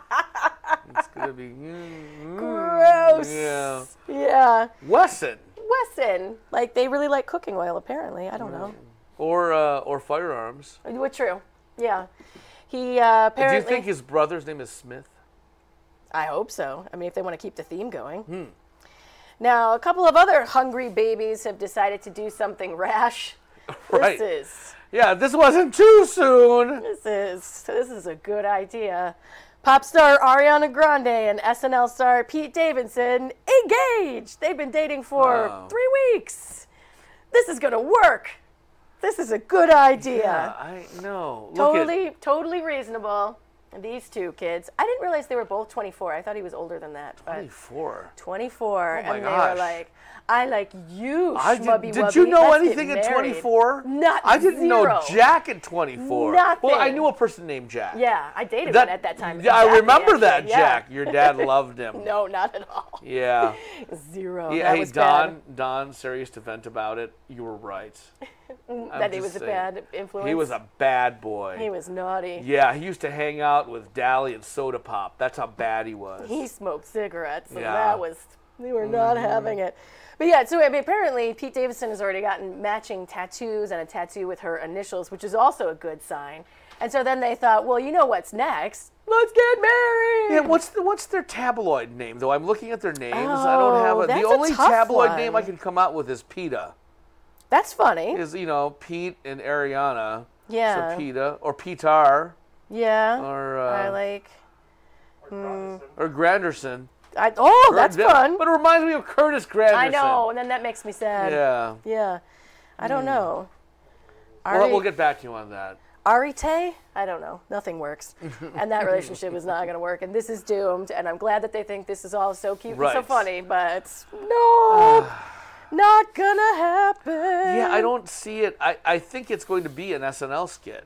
Speaker 3: it's going to be. mm, mm,
Speaker 2: Gross.
Speaker 3: Yeah.
Speaker 2: Yeah.
Speaker 3: Wesson.
Speaker 2: Wesson. Like they really like cooking oil, apparently. I don't know.
Speaker 3: Or, uh, or firearms.
Speaker 2: Well, true. Yeah. He uh, apparently.
Speaker 3: Do you think his brother's name is Smith?
Speaker 2: I hope so. I mean, if they want to keep the theme going.
Speaker 3: Hmm.
Speaker 2: Now, a couple of other hungry babies have decided to do something rash.
Speaker 3: Right.
Speaker 2: This is.
Speaker 3: Yeah, this wasn't too soon.
Speaker 2: This is. This is a good idea. Pop star Ariana Grande and SNL star Pete Davidson engaged. They've been dating for
Speaker 3: Wow.
Speaker 2: three weeks. This is gonna work. This is a good idea.
Speaker 3: I know. Look at-
Speaker 2: Totally, totally reasonable. These two kids. I didn't realize they were both 24. I thought he was older than that. but-
Speaker 3: 24.
Speaker 2: 24.
Speaker 3: Oh my
Speaker 2: and they
Speaker 3: gosh.
Speaker 2: were like, I like you,
Speaker 3: I
Speaker 2: schmubby
Speaker 3: did, did you
Speaker 2: wubby.
Speaker 3: know
Speaker 2: Let's get
Speaker 3: anything at
Speaker 2: married."
Speaker 3: 24?
Speaker 2: Not
Speaker 3: I didn't know
Speaker 2: zero.
Speaker 3: Jack at 24. Well, I
Speaker 2: Nothing.
Speaker 3: knew a person named Jack.
Speaker 2: Yeah, I dated
Speaker 3: That-
Speaker 2: one at that time.
Speaker 3: yeah, I
Speaker 2: Exactly,
Speaker 3: remember that,
Speaker 2: actually, yeah.
Speaker 3: Jack. Your dad loved him.
Speaker 2: no, not at all.
Speaker 3: Yeah.
Speaker 2: Zero.
Speaker 3: yeah,
Speaker 2: that
Speaker 3: hey,
Speaker 2: was
Speaker 3: Don, Don, serious to vent about it. You were right.
Speaker 2: bad.
Speaker 3: I'm
Speaker 2: that he
Speaker 3: just
Speaker 2: was a
Speaker 3: saying.
Speaker 2: bad influence.
Speaker 3: He was a bad boy.
Speaker 2: He was naughty.
Speaker 3: Yeah, he used to hang out with Dally and Soda Pop. That's how bad he was.
Speaker 2: He smoked cigarettes, and
Speaker 3: Yeah. Mm-hmm.
Speaker 2: that was they were not having it. But yeah, so I mean, apparently Pete Davidson has already gotten matching tattoos and a tattoo with her initials, which is also a good sign. And so then they thought, well, you know what's next? Let's get married.
Speaker 3: Yeah, what's the, what's their tabloid name though? I'm looking at their names. I don't have
Speaker 2: Oh,
Speaker 3: a, the
Speaker 2: that's a
Speaker 3: only
Speaker 2: tough
Speaker 3: tabloid
Speaker 2: one.
Speaker 3: name I can come out with is PETA.
Speaker 2: That's funny.
Speaker 3: Is you know Pete and Ariana.
Speaker 2: Yeah.
Speaker 3: So PETA or Petar
Speaker 2: yeah.
Speaker 3: Or,
Speaker 2: I
Speaker 3: uh,
Speaker 2: like. Hmm.
Speaker 3: or Granderson.
Speaker 2: I, oh,
Speaker 3: Or
Speaker 2: that's
Speaker 3: that-
Speaker 2: fun.
Speaker 3: But it reminds me of Curtis Granderson.
Speaker 2: I know, and then that makes me sad.
Speaker 3: Yeah. Hmm.
Speaker 2: Yeah. I don't know.
Speaker 3: We'll-
Speaker 2: Ari-
Speaker 3: we'll get back to you on that.
Speaker 2: Arite? I don't know. Nothing works. and that relationship is not going to work. And this is doomed. And I'm glad that they think this is all so cute and
Speaker 3: Right.
Speaker 2: so funny, but no, not going to happen.
Speaker 3: Yeah, I don't see it. I, I think it's going to be an SNL skit.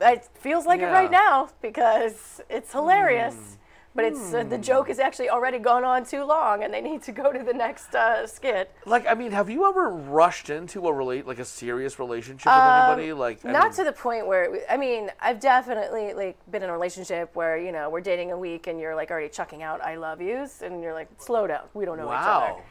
Speaker 2: It feels like it
Speaker 3: Yeah. Hmm.
Speaker 2: right now because it's hilarious. But it's uh, the joke is actually already gone on too long, and they need to go to the next uh, skit.
Speaker 3: Like, I mean, have you ever rushed into a relate like a serious relationship with
Speaker 2: Um,
Speaker 3: anybody? Like, I
Speaker 2: not
Speaker 3: mean-
Speaker 2: to the point where it w- I mean, I've definitely like been in a relationship where you know we're dating a week and you're like already chucking out "I love yous" and you're like, slow down, we don't know each
Speaker 3: wow.
Speaker 2: other.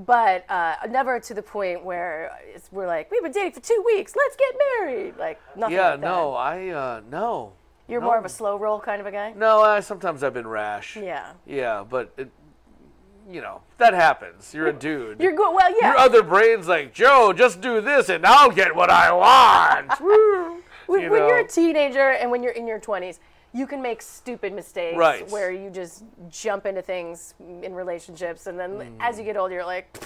Speaker 2: But uh, never to the point where it's, we're like, we've been dating for two weeks, let's get married. Like nothing.
Speaker 3: Yeah,
Speaker 2: like that.
Speaker 3: no, I uh, no.
Speaker 2: You're
Speaker 3: no.
Speaker 2: more of a slow roll kind of a guy.
Speaker 3: No, I, sometimes I've been rash.
Speaker 2: Yeah.
Speaker 3: Yeah, but it, you know that happens. You're a dude.
Speaker 2: You're good. Well, yeah.
Speaker 3: Your other brain's like Joe. Just do this, and I'll get what I want. Woo.
Speaker 2: when,
Speaker 3: you
Speaker 2: when you're
Speaker 3: know.
Speaker 2: a teenager and when you're in your 20s you can make stupid mistakes
Speaker 3: Right.
Speaker 2: where you just jump into things in relationships and then
Speaker 3: Mm.
Speaker 2: as you get older you're like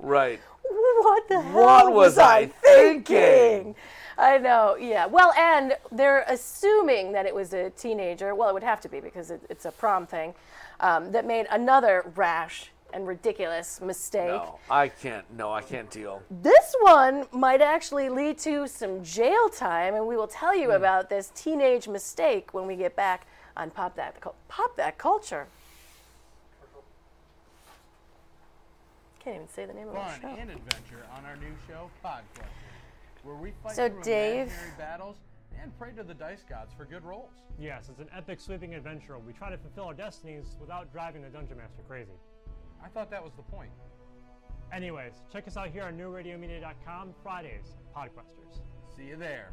Speaker 3: right.
Speaker 2: what the hell
Speaker 3: What was I
Speaker 2: thinking i know yeah well and they're assuming that it was a teenager well it would have to be because it, it's a prom thing um, that made another rash and ridiculous mistake
Speaker 3: No, I can't. No, I can't deal.
Speaker 2: this one might actually lead to some jail time, and we will tell
Speaker 3: Hmm.
Speaker 2: you about this teenage mistake when we get back on Pop That, Cul- Pop that Culture. Can't even say the name of the
Speaker 12: fun
Speaker 2: show.
Speaker 12: and adventure on our new show, Pod Quest, where we fight
Speaker 2: So,
Speaker 12: through
Speaker 2: Dave-
Speaker 12: imaginary battles and pray to the dice gods for good rolls.
Speaker 13: Yes, it's an epic sweeping adventure. We try to fulfill our destinies without driving the Dungeon Master crazy.
Speaker 12: I thought that was the point.
Speaker 13: Anyways, check us out here on newradiomedia.com Fridays, Podquesters.
Speaker 12: See you there.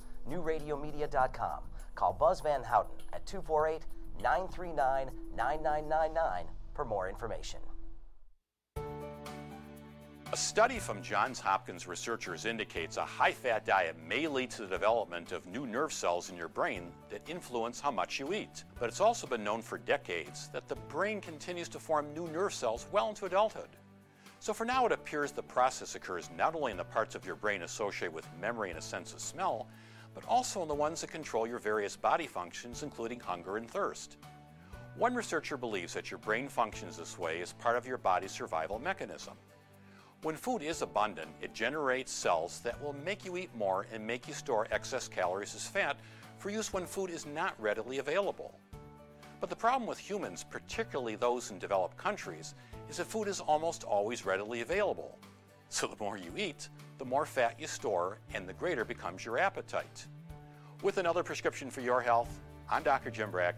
Speaker 14: newradiomedia.com. Call Buzz Van Houten at 248 939 9999 for more information.
Speaker 15: A study from Johns Hopkins researchers indicates a high fat diet may lead to the development of new nerve cells in your brain that influence how much you eat. But it's also been known for decades that the brain continues to form new nerve cells well into adulthood. So for now, it appears the process occurs not only in the parts of your brain associated with memory and a sense of smell, but also in the ones that control your various body functions, including hunger and thirst. One researcher believes that your brain functions this way as part of your body's survival mechanism. When food is abundant, it generates cells that will make you eat more and make you store excess calories as fat for use when food is not readily available. But the problem with humans, particularly those in developed countries, is that food is almost always readily available. So the more you eat, the more fat you store and the greater becomes your appetite. With another prescription for your health, I'm Dr. Jim Bragman.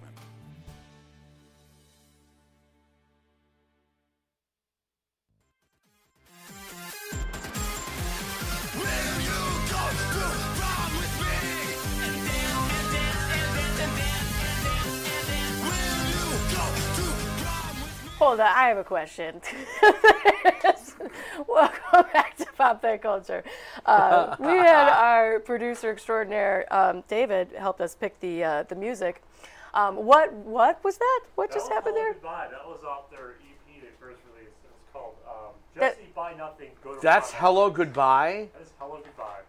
Speaker 16: We
Speaker 2: Hold on, I have a question. Welcome back to Pop That Culture. Uh, we had our producer extraordinaire, um, David, helped us pick the uh, the music. Um, what what was that? What just
Speaker 16: that was
Speaker 2: happened there?
Speaker 16: Hold Goodbye. That was off their EP they first released. It was called um,
Speaker 2: That-
Speaker 16: Just Eat Buy Nothing, Go to
Speaker 3: That's
Speaker 16: Rock.
Speaker 3: hello goodbye.
Speaker 16: That is Hello Goodbye.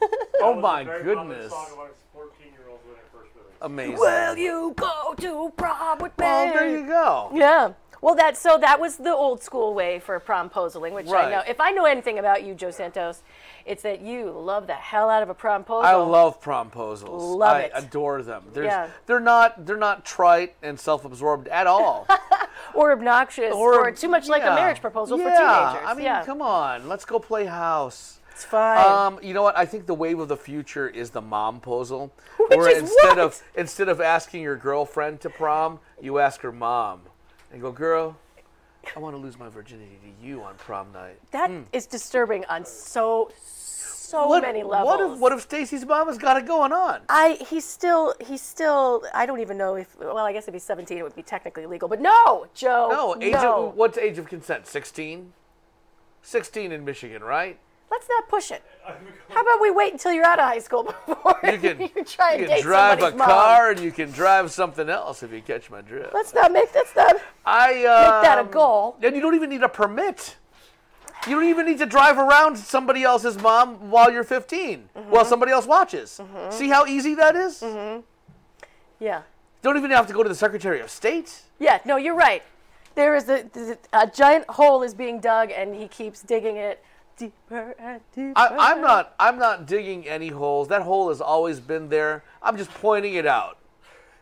Speaker 3: Oh
Speaker 16: That was a
Speaker 3: my
Speaker 16: very
Speaker 3: goodness.
Speaker 16: Popular song amongst 14 year olds when it first released.
Speaker 3: Amazing.
Speaker 2: Will you go to prom with me?
Speaker 3: Well, there you go.
Speaker 2: Yeah. Well, that so that was the old school way for promposing, which I
Speaker 3: Right.
Speaker 2: know. If I know anything about you, Joe Santos, it's that you love the hell out of a promposal.
Speaker 3: I love promposals.
Speaker 2: Love
Speaker 3: I
Speaker 2: it.
Speaker 3: adore them. There's,
Speaker 2: Yeah.
Speaker 3: They're not they're not trite and self-absorbed at all.
Speaker 2: or obnoxious, or, too much like
Speaker 3: yeah.
Speaker 2: a marriage proposal for
Speaker 3: Yeah,
Speaker 2: teenagers.
Speaker 3: I mean,
Speaker 2: yeah.
Speaker 3: come on, let's go play house.
Speaker 2: It's fine.
Speaker 3: Um, you know what? I think the wave of the future is the mom posal,
Speaker 2: Which
Speaker 3: where
Speaker 2: is
Speaker 3: instead
Speaker 2: what?
Speaker 3: of instead of asking your girlfriend to prom, you ask her mom, and go, "Girl, I want to lose my virginity to you on prom night."
Speaker 2: That is disturbing on so so
Speaker 3: What-
Speaker 2: many levels.
Speaker 3: what if- what if Stacy's mom has got it going on?
Speaker 2: I he's still he's still I don't even know if well I guess if he's 17 it would be technically legal but no Joe
Speaker 3: No, age
Speaker 2: Oh, no.
Speaker 3: Of, what's age of consent? 16? 16 in Michigan, right?
Speaker 2: let's not push it how about we wait until you're out of high school before you,
Speaker 3: can-
Speaker 2: try and
Speaker 3: You
Speaker 2: date
Speaker 3: can drive a
Speaker 2: somebody's mom.
Speaker 3: car and you can drive something else if you catch my drift.
Speaker 2: let's not make that's not
Speaker 3: I
Speaker 2: Make that a
Speaker 3: um,
Speaker 2: goal.
Speaker 3: And you don't even need a permit. You don't even need to drive around somebody else's mom while you're 15, while
Speaker 2: Mm-hmm.
Speaker 3: somebody else watches. See how easy that is?
Speaker 2: yeah
Speaker 3: Don't even have to go to the Secretary of State.
Speaker 2: yeah no you're right there is a, th- a giant hole is being dug and he keeps digging it deeper and deeper
Speaker 3: I, I'm not. I'm not digging any holes. That hole has always been there. I'm just pointing it out.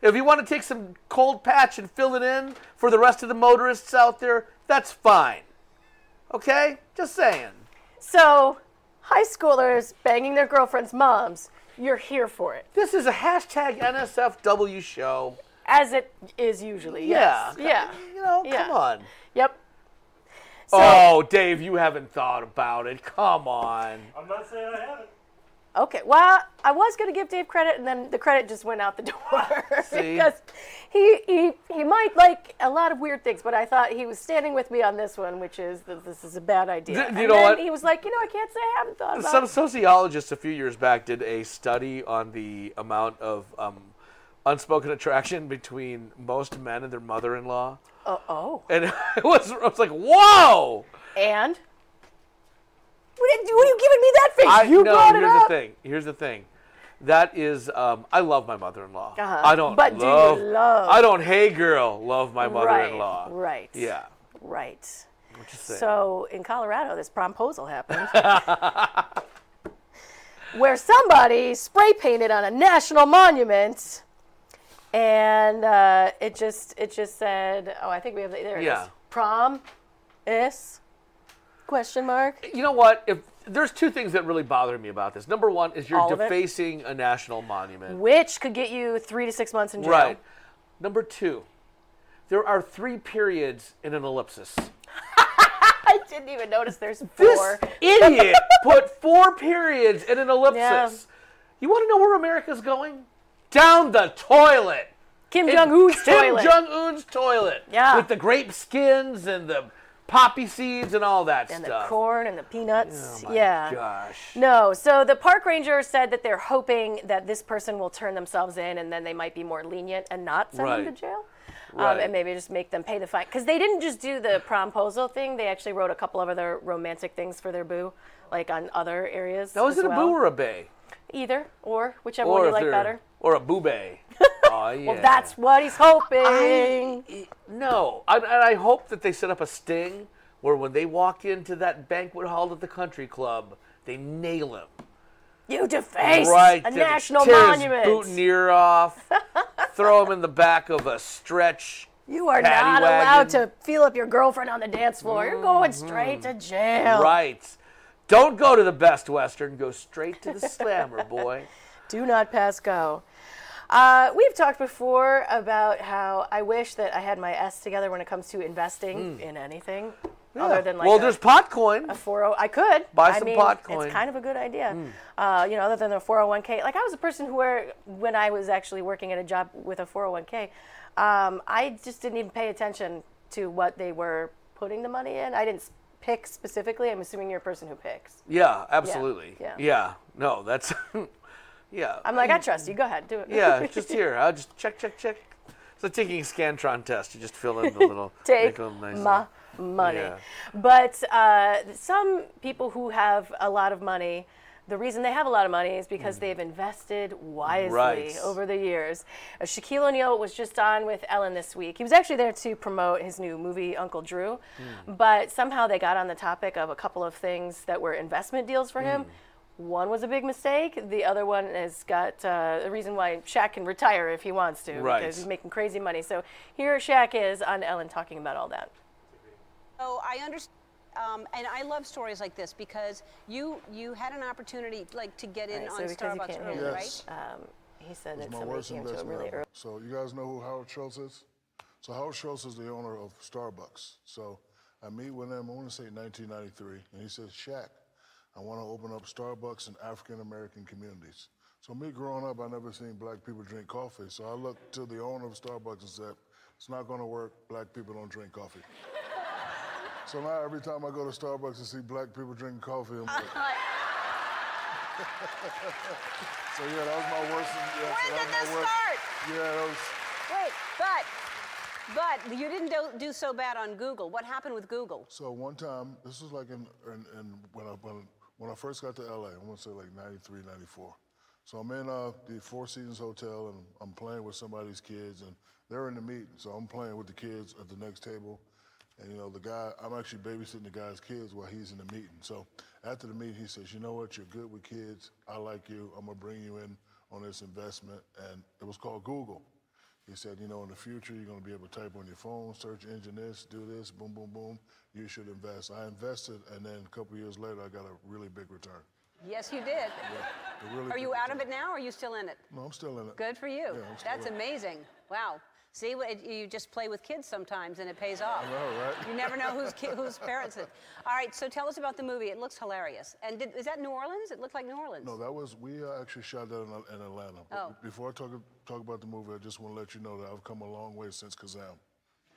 Speaker 3: If you want to take some cold patch and fill it in for the rest of the motorists out there, that's fine. Okay, just saying.
Speaker 2: so high schoolers banging their girlfriends moms you're here for it
Speaker 3: this is a hashtag NSFW show
Speaker 2: as it is usually
Speaker 3: Yeah.
Speaker 2: yes. yeah
Speaker 3: you know
Speaker 2: yeah.
Speaker 3: Come on.
Speaker 2: Yep.
Speaker 3: oh, Dave, you haven't thought about it. Come on.
Speaker 16: I'm not saying I haven't.
Speaker 2: Okay. Well, I was going to give Dave credit, and then the credit just went out the door
Speaker 3: See?
Speaker 2: because he, he he might like a lot of weird things, but I thought he was standing with me on this one, which is that this is a bad idea.
Speaker 3: Th- you
Speaker 2: and
Speaker 3: know
Speaker 2: then
Speaker 3: what?
Speaker 2: He was like, you know, I can't say I haven't thought about.
Speaker 3: Some
Speaker 2: it."
Speaker 3: sociologists a few years back did a study on the amount of um, unspoken attraction between most men and their mother-in-law,
Speaker 2: Uh oh.
Speaker 3: and it was, I was like, "Whoa!"
Speaker 2: And what are you- what are you giving me that face?
Speaker 3: I,
Speaker 2: you
Speaker 3: no,
Speaker 2: brought it
Speaker 3: here's
Speaker 2: up.
Speaker 3: the thing. Here's the thing. That is, um, I love my mother-in-law.
Speaker 2: Uh-huh.
Speaker 3: I don't
Speaker 2: But do you
Speaker 3: love,
Speaker 2: love-
Speaker 3: I don't. Hey, girl, love my
Speaker 2: Right,
Speaker 3: mother-in-law.
Speaker 2: right.
Speaker 3: Yeah.
Speaker 2: Right.
Speaker 3: saying.
Speaker 2: So in Colorado, this promposal happened where somebody spray painted on a national monument, and uh, it just it just said, "Oh, I think we have the, there it is.
Speaker 3: Yeah.
Speaker 2: Prom is question mark.
Speaker 3: You know what? If there's two things that really bother me about this. Number one is you're
Speaker 2: All of it?
Speaker 3: defacing a national monument.
Speaker 2: Which could get you three to six months in jail.
Speaker 3: Right. Number two, there are three periods in an ellipsis.
Speaker 2: I didn't even notice there's four.
Speaker 3: This idiot put four periods in an ellipsis. You want to know where America's going? Down the toilet.
Speaker 2: Kim
Speaker 3: In
Speaker 2: Jong Un's
Speaker 3: Kim
Speaker 2: toilet.
Speaker 3: Jong Un's toilet.
Speaker 2: Yeah.
Speaker 3: With the grape skins and the poppy seeds and all that
Speaker 2: and
Speaker 3: stuff.
Speaker 2: the corn and the peanuts.
Speaker 3: Oh my
Speaker 2: yeah.
Speaker 3: Gosh.
Speaker 2: No, so the park ranger said that they're hoping that this person will turn themselves in and then they might be more lenient and not send them
Speaker 3: Right.
Speaker 2: to jail. Um,
Speaker 3: Right.
Speaker 2: and maybe just make them pay the fine. Because they didn't just do the promposal thing, they actually wrote a couple of other romantic things for their boo, like on other areas.
Speaker 3: Now, is
Speaker 2: as
Speaker 3: it a
Speaker 2: well.
Speaker 3: boo or a bay?
Speaker 2: Either, or, whichever
Speaker 3: or
Speaker 2: one you
Speaker 3: if
Speaker 2: like
Speaker 3: they're-
Speaker 2: better.
Speaker 3: Or a boobay. oh, yeah.
Speaker 2: Well, that's what he's hoping.
Speaker 3: No, I, and I hope that they set up a sting where when they walk into that banquet hall at the country club, they nail him.
Speaker 2: You defaced
Speaker 3: right
Speaker 2: a
Speaker 3: to the-
Speaker 2: national
Speaker 3: tear his
Speaker 2: monument.
Speaker 3: boutonniere off, throw him in the back of a stretch.
Speaker 2: You are
Speaker 3: paddy
Speaker 2: not
Speaker 3: wagon. Mm-hmm.
Speaker 2: allowed to feel up your girlfriend on the dance floor. You're going straight to jail.
Speaker 3: Right. Don't go to the Best Western. Go straight to the Slammer, boy.
Speaker 2: Do not pass go. Uh, we've talked before about how I wish that I had my S together when it comes to investing
Speaker 3: Mm.
Speaker 2: in anything
Speaker 3: Yeah.
Speaker 2: other than like
Speaker 3: well,
Speaker 2: a,
Speaker 3: there's Potcoin.
Speaker 2: a 40. oh, I could
Speaker 3: Buy
Speaker 2: I
Speaker 3: some
Speaker 2: mean,
Speaker 3: Potcoin. Hmm.
Speaker 2: It's kind of a good idea. Uh, you know, other than the 401k. Like I was a person who, were, when oh I was actually working at a job with a 401k, um, I just didn't even pay attention to what they were putting the money in. I didn't s- pick specifically. I'm assuming you're a person who picks.
Speaker 3: Yeah, absolutely.
Speaker 2: yeah.
Speaker 3: yeah. No, that's. yeah.
Speaker 2: I'm like, I trust you. Go ahead, do it.
Speaker 3: Yeah, just here. I'll just check, check, check. It's a taking Scantron test. You just fill in the little
Speaker 2: Take
Speaker 3: nickel nicely.
Speaker 2: my money.
Speaker 3: Yeah.
Speaker 2: But uh, some people who have a lot of money, the reason they have a lot of money is because they've invested wisely
Speaker 17: Right.
Speaker 2: over the years. Uh, Shaquille O'Neal was just on with Ellen this week. He was actually there to promote his new movie, Uncle Drew, but somehow they got on the topic of a couple of things that were investment deals for him. One was a big mistake. The other one has got uh, a reason why Shaq can retire if he wants to
Speaker 17: Right.
Speaker 2: because he's making crazy money. So here Shaq is on Ellen talking about all that.
Speaker 17: So I understand, um, and I love stories like this because you you had an opportunity like to get in
Speaker 2: Right, so
Speaker 17: on
Speaker 2: because you
Speaker 17: Starbucks
Speaker 2: can't
Speaker 17: early,
Speaker 2: hear
Speaker 17: right?
Speaker 2: Um, he said
Speaker 18: It's
Speaker 2: that
Speaker 18: my
Speaker 2: somebody
Speaker 18: worst
Speaker 2: came to him
Speaker 18: investment
Speaker 2: really
Speaker 18: ever.
Speaker 2: early.
Speaker 18: So you guys know who Howard Schultz is? So Howard Schultz is the owner of Starbucks. So I meet with him, I want to say 1993, and he says, Shaq, I want to open up Starbucks in African American communities. So me growing up, I never seen black people drink coffee. So I looked to the owner of Starbucks and said, it's not going to work. Black people don't drink coffee. so now every time I go to Starbucks and see black people drinking coffee, I'm like, so yeah, that was my worst. Yeah, so
Speaker 17: When
Speaker 18: that
Speaker 17: did
Speaker 18: was
Speaker 17: this
Speaker 18: my worst-
Speaker 17: start?
Speaker 18: Yeah, that was.
Speaker 17: Wait, but but you didn't do, do so bad on Google. What happened with Google?
Speaker 18: So one time, this was like in, in, in when I when, when I first got to LA. I want to say like 93, 94. So I'm in uh, the Four Seasons Hotel and I'm playing with somebody's kids and they're in the meeting. So I'm playing with the kids at the next table. And you know, the guy, I'm actually babysitting the guy's kids while he's in the meeting. So after the meeting, he says, You know what? You're good with kids. I like you. I'm going to bring you in on this investment. And it was called Google. He said, you know, in the future, you're going to be able to type on your phone, search engine this, do this, boom, boom, boom. You should invest. I invested, and then a couple years later, I got a really big return.
Speaker 17: Yes, you did.
Speaker 18: A really
Speaker 17: Are
Speaker 18: big
Speaker 17: you out of it now? or Are you still in it?
Speaker 18: No, I'm still in it.
Speaker 17: Good for you.
Speaker 18: Yeah, I'm still
Speaker 17: That's
Speaker 18: in it.
Speaker 17: amazing. Wow. See, wh- it- you just play with kids sometimes and it pays off.
Speaker 18: I know, right?
Speaker 17: You never know whose ki- whose parents it. All right, so tell us about the movie. It looks hilarious. And did, is that New Orleans? It looked like New Orleans.
Speaker 18: No, that was we uh, actually shot that in, Al- in Atlanta. But
Speaker 17: Oh.
Speaker 18: Before I talk talk about the movie, I just want to let you know that I've come a long way since Kazam.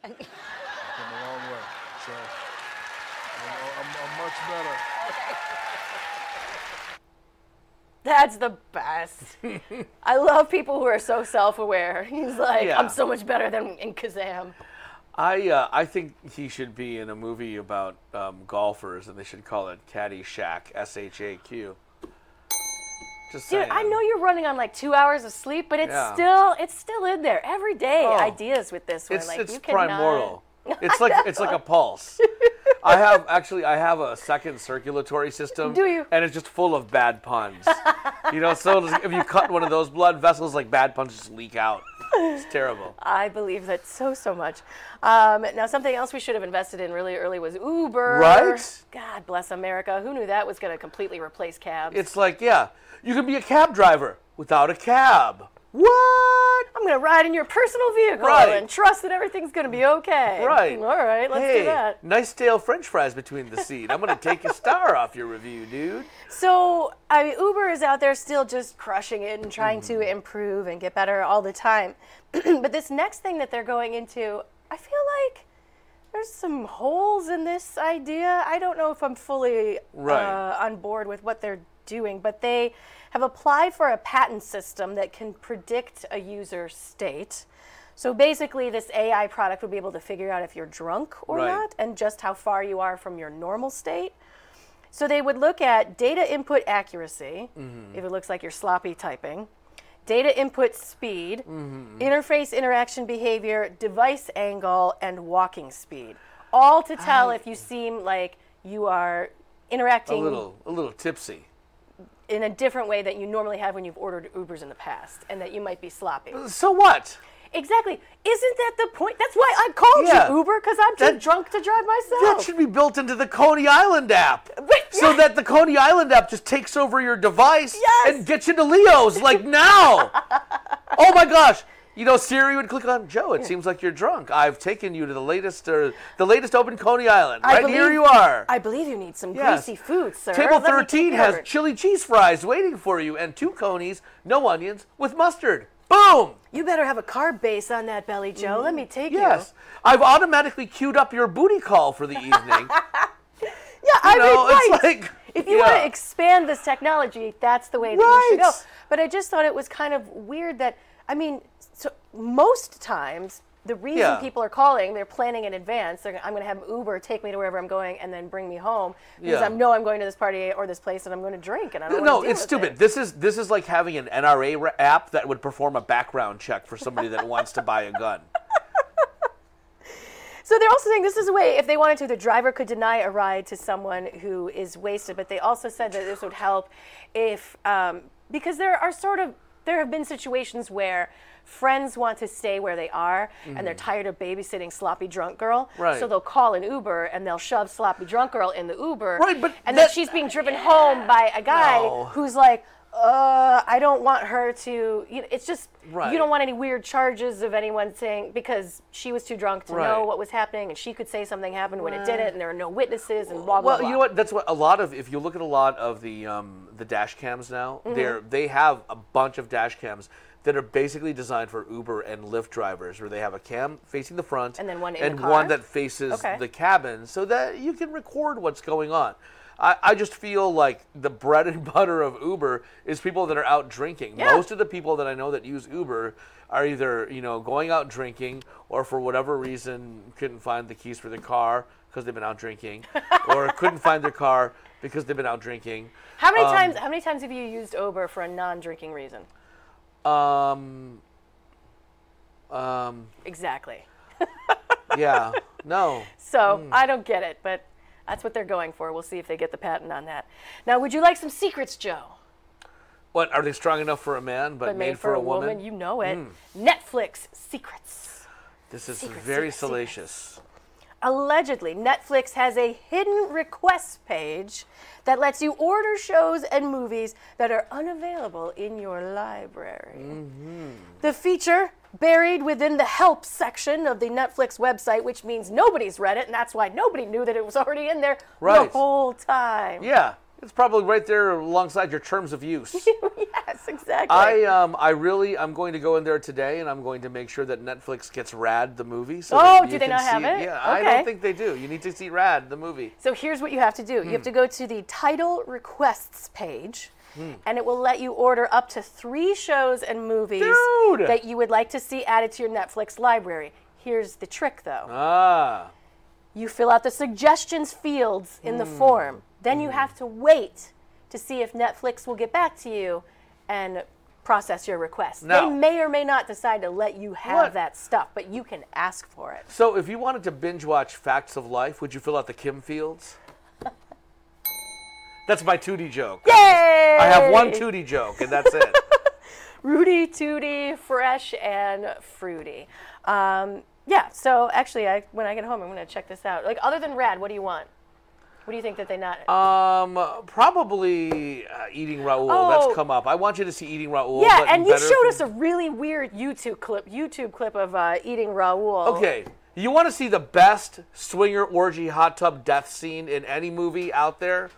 Speaker 18: I've come a long way. So I'm, I'm, I'm much better.
Speaker 2: That's the best. I love people who are so self-aware. He's like,
Speaker 3: Yeah.
Speaker 2: I'm so much better than in Kazam.
Speaker 3: I uh, I think he should be in a movie about um, golfers, and they should call it Caddy Shack. S H A Q. Just
Speaker 2: Dude,
Speaker 3: saying.
Speaker 2: I know you're running on like two hours of sleep, but it's
Speaker 3: Yeah.
Speaker 2: still it's still in there every day.
Speaker 3: Oh.
Speaker 2: Ideas with this one,
Speaker 3: it's
Speaker 2: like
Speaker 3: it's
Speaker 2: you cannot.
Speaker 3: primordial. It's like it's like a pulse. I have actually I have a second circulatory system.
Speaker 2: Do you?
Speaker 3: And it's just full of bad puns. you know, so it's- if you cut one of those blood vessels, like bad puns just leak out. It's terrible.
Speaker 2: I believe that so so much. Um, now something else we should have invested in really early was Uber.
Speaker 3: Right?
Speaker 2: God bless America. Who knew that was going to completely replace cabs?
Speaker 3: It's like yeah, you can be a cab driver without a cab.
Speaker 2: What? I'm going to ride in your personal vehicle
Speaker 3: Right.
Speaker 2: and trust that everything's going to be okay.
Speaker 3: Right.
Speaker 2: All right, let's
Speaker 3: hey,
Speaker 2: do that.
Speaker 3: nice stale French fries between the seat. I'm gonna take a star off your review, dude.
Speaker 2: So, I mean, Uber is out there still just crushing it and trying to improve and get better all the time. but this next thing that they're going into, I feel like there's some holes in this idea. I don't know if I'm fully
Speaker 17: Right.
Speaker 2: uh, on board with what they're doing, but they have applied for a patent system that can predict a user state. So basically, this AI product would be able to figure out if you're drunk or
Speaker 17: Right.
Speaker 2: not and just how far you are from your normal state. So they would look at data input accuracy,
Speaker 17: Mhm.
Speaker 3: Mm-hmm.
Speaker 2: if it looks like you're sloppy typing, data input speed,
Speaker 3: Mm-hmm.
Speaker 2: interface interaction behavior, device angle, and walking speed. All to tell if you seem like you are
Speaker 3: A
Speaker 2: interacting
Speaker 3: little, a little tipsy.
Speaker 2: in a different way that you normally have when you've ordered Ubers in the past and that you might be sloppy.
Speaker 3: So what?
Speaker 2: Exactly. Isn't that the point? That's why I called
Speaker 3: Yeah.
Speaker 2: you Uber because I'm too
Speaker 3: That-
Speaker 2: drunk to drive myself.
Speaker 3: That should be built into the Coney Island app. So that the Coney Island app just takes over your device and gets you to Leo's like now. oh my gosh. You know, Siri would click on Joe. It seems like you're drunk. I've taken you to the latest, or the latest open Coney Island.
Speaker 2: I
Speaker 3: right here,
Speaker 2: believe-
Speaker 3: you are.
Speaker 2: I believe you need some
Speaker 3: Yes.
Speaker 2: greasy food, sir.
Speaker 3: Table
Speaker 2: Let me take
Speaker 3: 13
Speaker 2: you over.
Speaker 3: has chili cheese fries waiting for you and two conies, no onions, with mustard. Boom!
Speaker 2: You better have a carb base on that belly, Joe. Let me take you.
Speaker 3: Yes. I've automatically queued up your booty call for the evening.
Speaker 2: Yeah, I
Speaker 3: You know,
Speaker 2: mean,
Speaker 3: it's
Speaker 2: right.
Speaker 3: like-
Speaker 2: if you
Speaker 3: yeah.
Speaker 2: want to expand this technology, that's the way that you should go.
Speaker 3: Right.
Speaker 2: But I just thought it was kind of weird that I mean, so most times the reason
Speaker 19: Yeah.
Speaker 2: people are calling, they're planning in advance. They're, I'm going to have Uber take me to wherever I'm going and then bring me home because
Speaker 3: Yeah.
Speaker 2: I know I'm going to this party or this place and I'm going to drink and I don't.
Speaker 3: no,
Speaker 2: wanna deal
Speaker 3: it's
Speaker 2: with
Speaker 3: stupid. This is this is like having an NRA ra- app that would perform a background check for somebody that wants to buy a gun.
Speaker 2: It. So they're also saying this is a way if they wanted to, the driver could deny a ride to someone who is wasted. But they also said that this would help if um, because there are sort of there have been situations where friends want to stay where they are and they're
Speaker 19: Mhm.
Speaker 2: tired of babysitting sloppy drunk girl
Speaker 19: Right.
Speaker 2: so they'll call an uber and they'll shove sloppy drunk girl in the uber
Speaker 19: Right, but
Speaker 2: and then
Speaker 19: that-
Speaker 2: she's being driven home by a guy
Speaker 19: No.
Speaker 2: who's like uh, I don't want her to. You know, it's just
Speaker 19: Right.
Speaker 2: you don't want any weird charges of anyone saying because she was too drunk to know
Speaker 3: Right.
Speaker 2: what was happening, and she could say something happened when it
Speaker 19: Right.
Speaker 2: didn't, and there are no witnesses, and blah blah.
Speaker 3: Well, you know what? That's what a lot of. If you look at a lot of the um, the dash cams now,
Speaker 2: Mhm.
Speaker 3: they're they have a bunch of dash cams that are basically designed for Uber and Lyft drivers, where they have a cam facing the front
Speaker 2: And then one in the
Speaker 3: and
Speaker 2: car?
Speaker 3: one that faces
Speaker 2: Okay.
Speaker 3: the cabin, so that you can record what's going on. I, I just feel like the bread and butter of Uber is people that are out drinking.
Speaker 2: Yeah.
Speaker 3: Most of the people that I know that use Uber are either you know going out drinking or for whatever reason couldn't find the keys for their car because they've been out drinking or couldn't find their car because they've been out drinking.
Speaker 2: How many
Speaker 3: Um,
Speaker 2: times? How many times have you used Uber for a non-drinking reason?
Speaker 3: Um. Um.
Speaker 2: Exactly.
Speaker 3: Yeah. no.
Speaker 2: So
Speaker 3: Hmm.
Speaker 2: I don't get it, but that's what they're going for. We'll see if they get the patent on that. Now, would you like some secrets, Joe?
Speaker 3: What are they strong enough for a man, but, made, for, a woman?
Speaker 2: you know it.
Speaker 3: Mm.
Speaker 2: Netflix secrets.
Speaker 3: This is
Speaker 2: Secrets,
Speaker 3: very
Speaker 2: secrets,
Speaker 3: salacious.
Speaker 2: Allegedly, Netflix has a hidden request page that lets you order shows and movies that are unavailable in your library.
Speaker 3: Mm-hmm.
Speaker 2: The feature, buried within the help section of the Netflix website, which means nobody's read it, and that's why nobody knew that it was already in there the
Speaker 3: Right.
Speaker 2: whole time.
Speaker 3: Yeah, it's probably right there alongside your terms of use.
Speaker 2: Yes, exactly.
Speaker 3: I um I really I'm going to go in there today and I'm going to make sure that Netflix gets Rad the movie. So
Speaker 2: Oh,
Speaker 3: that
Speaker 2: do
Speaker 3: you
Speaker 2: they
Speaker 3: can
Speaker 2: not have
Speaker 3: see
Speaker 2: it?
Speaker 3: Yeah, I
Speaker 2: Okay.
Speaker 3: don't think they do. You need to see Rad the movie.
Speaker 2: So here's what you have to do you have
Speaker 3: Hmm.
Speaker 2: to go to the title requests page.
Speaker 3: Hmm.
Speaker 2: and it will let you order up to three shows and movies
Speaker 3: Dude!
Speaker 2: that you would like to see added to your Netflix library. Here's the trick though
Speaker 3: Ah,
Speaker 2: you fill out the suggestions fields in the
Speaker 3: Hmm.
Speaker 2: form, then you have to wait to see if Netflix will get back to you and process your request.
Speaker 3: No.
Speaker 2: They may or may not decide to let you have
Speaker 3: What?
Speaker 2: that stuff, but you can ask for it.
Speaker 3: so if you wanted to binge watch Facts of Life, would you fill out the Kim Fields? That's my 2D joke. Yay! I have one
Speaker 2: Yay!
Speaker 3: 2D joke and that's it.
Speaker 2: Rudy Tooty, fresh and fruity. Um, yeah, so actually, I, when I get home, I'm going to check this out. Like, other than Rad, what do you want? What do you think that they not?
Speaker 3: um, probably uh, Eating Raoul.
Speaker 2: Oh.
Speaker 3: That's come up. I want you to see Eating Raoul.
Speaker 2: yeah,
Speaker 3: but
Speaker 2: and you
Speaker 3: better
Speaker 2: showed
Speaker 3: than-
Speaker 2: us a really weird YouTube clip, YouTube clip of uh, eating Raoul.
Speaker 3: Okay, you want to see the best swinger orgy hot tub death scene in any movie out there?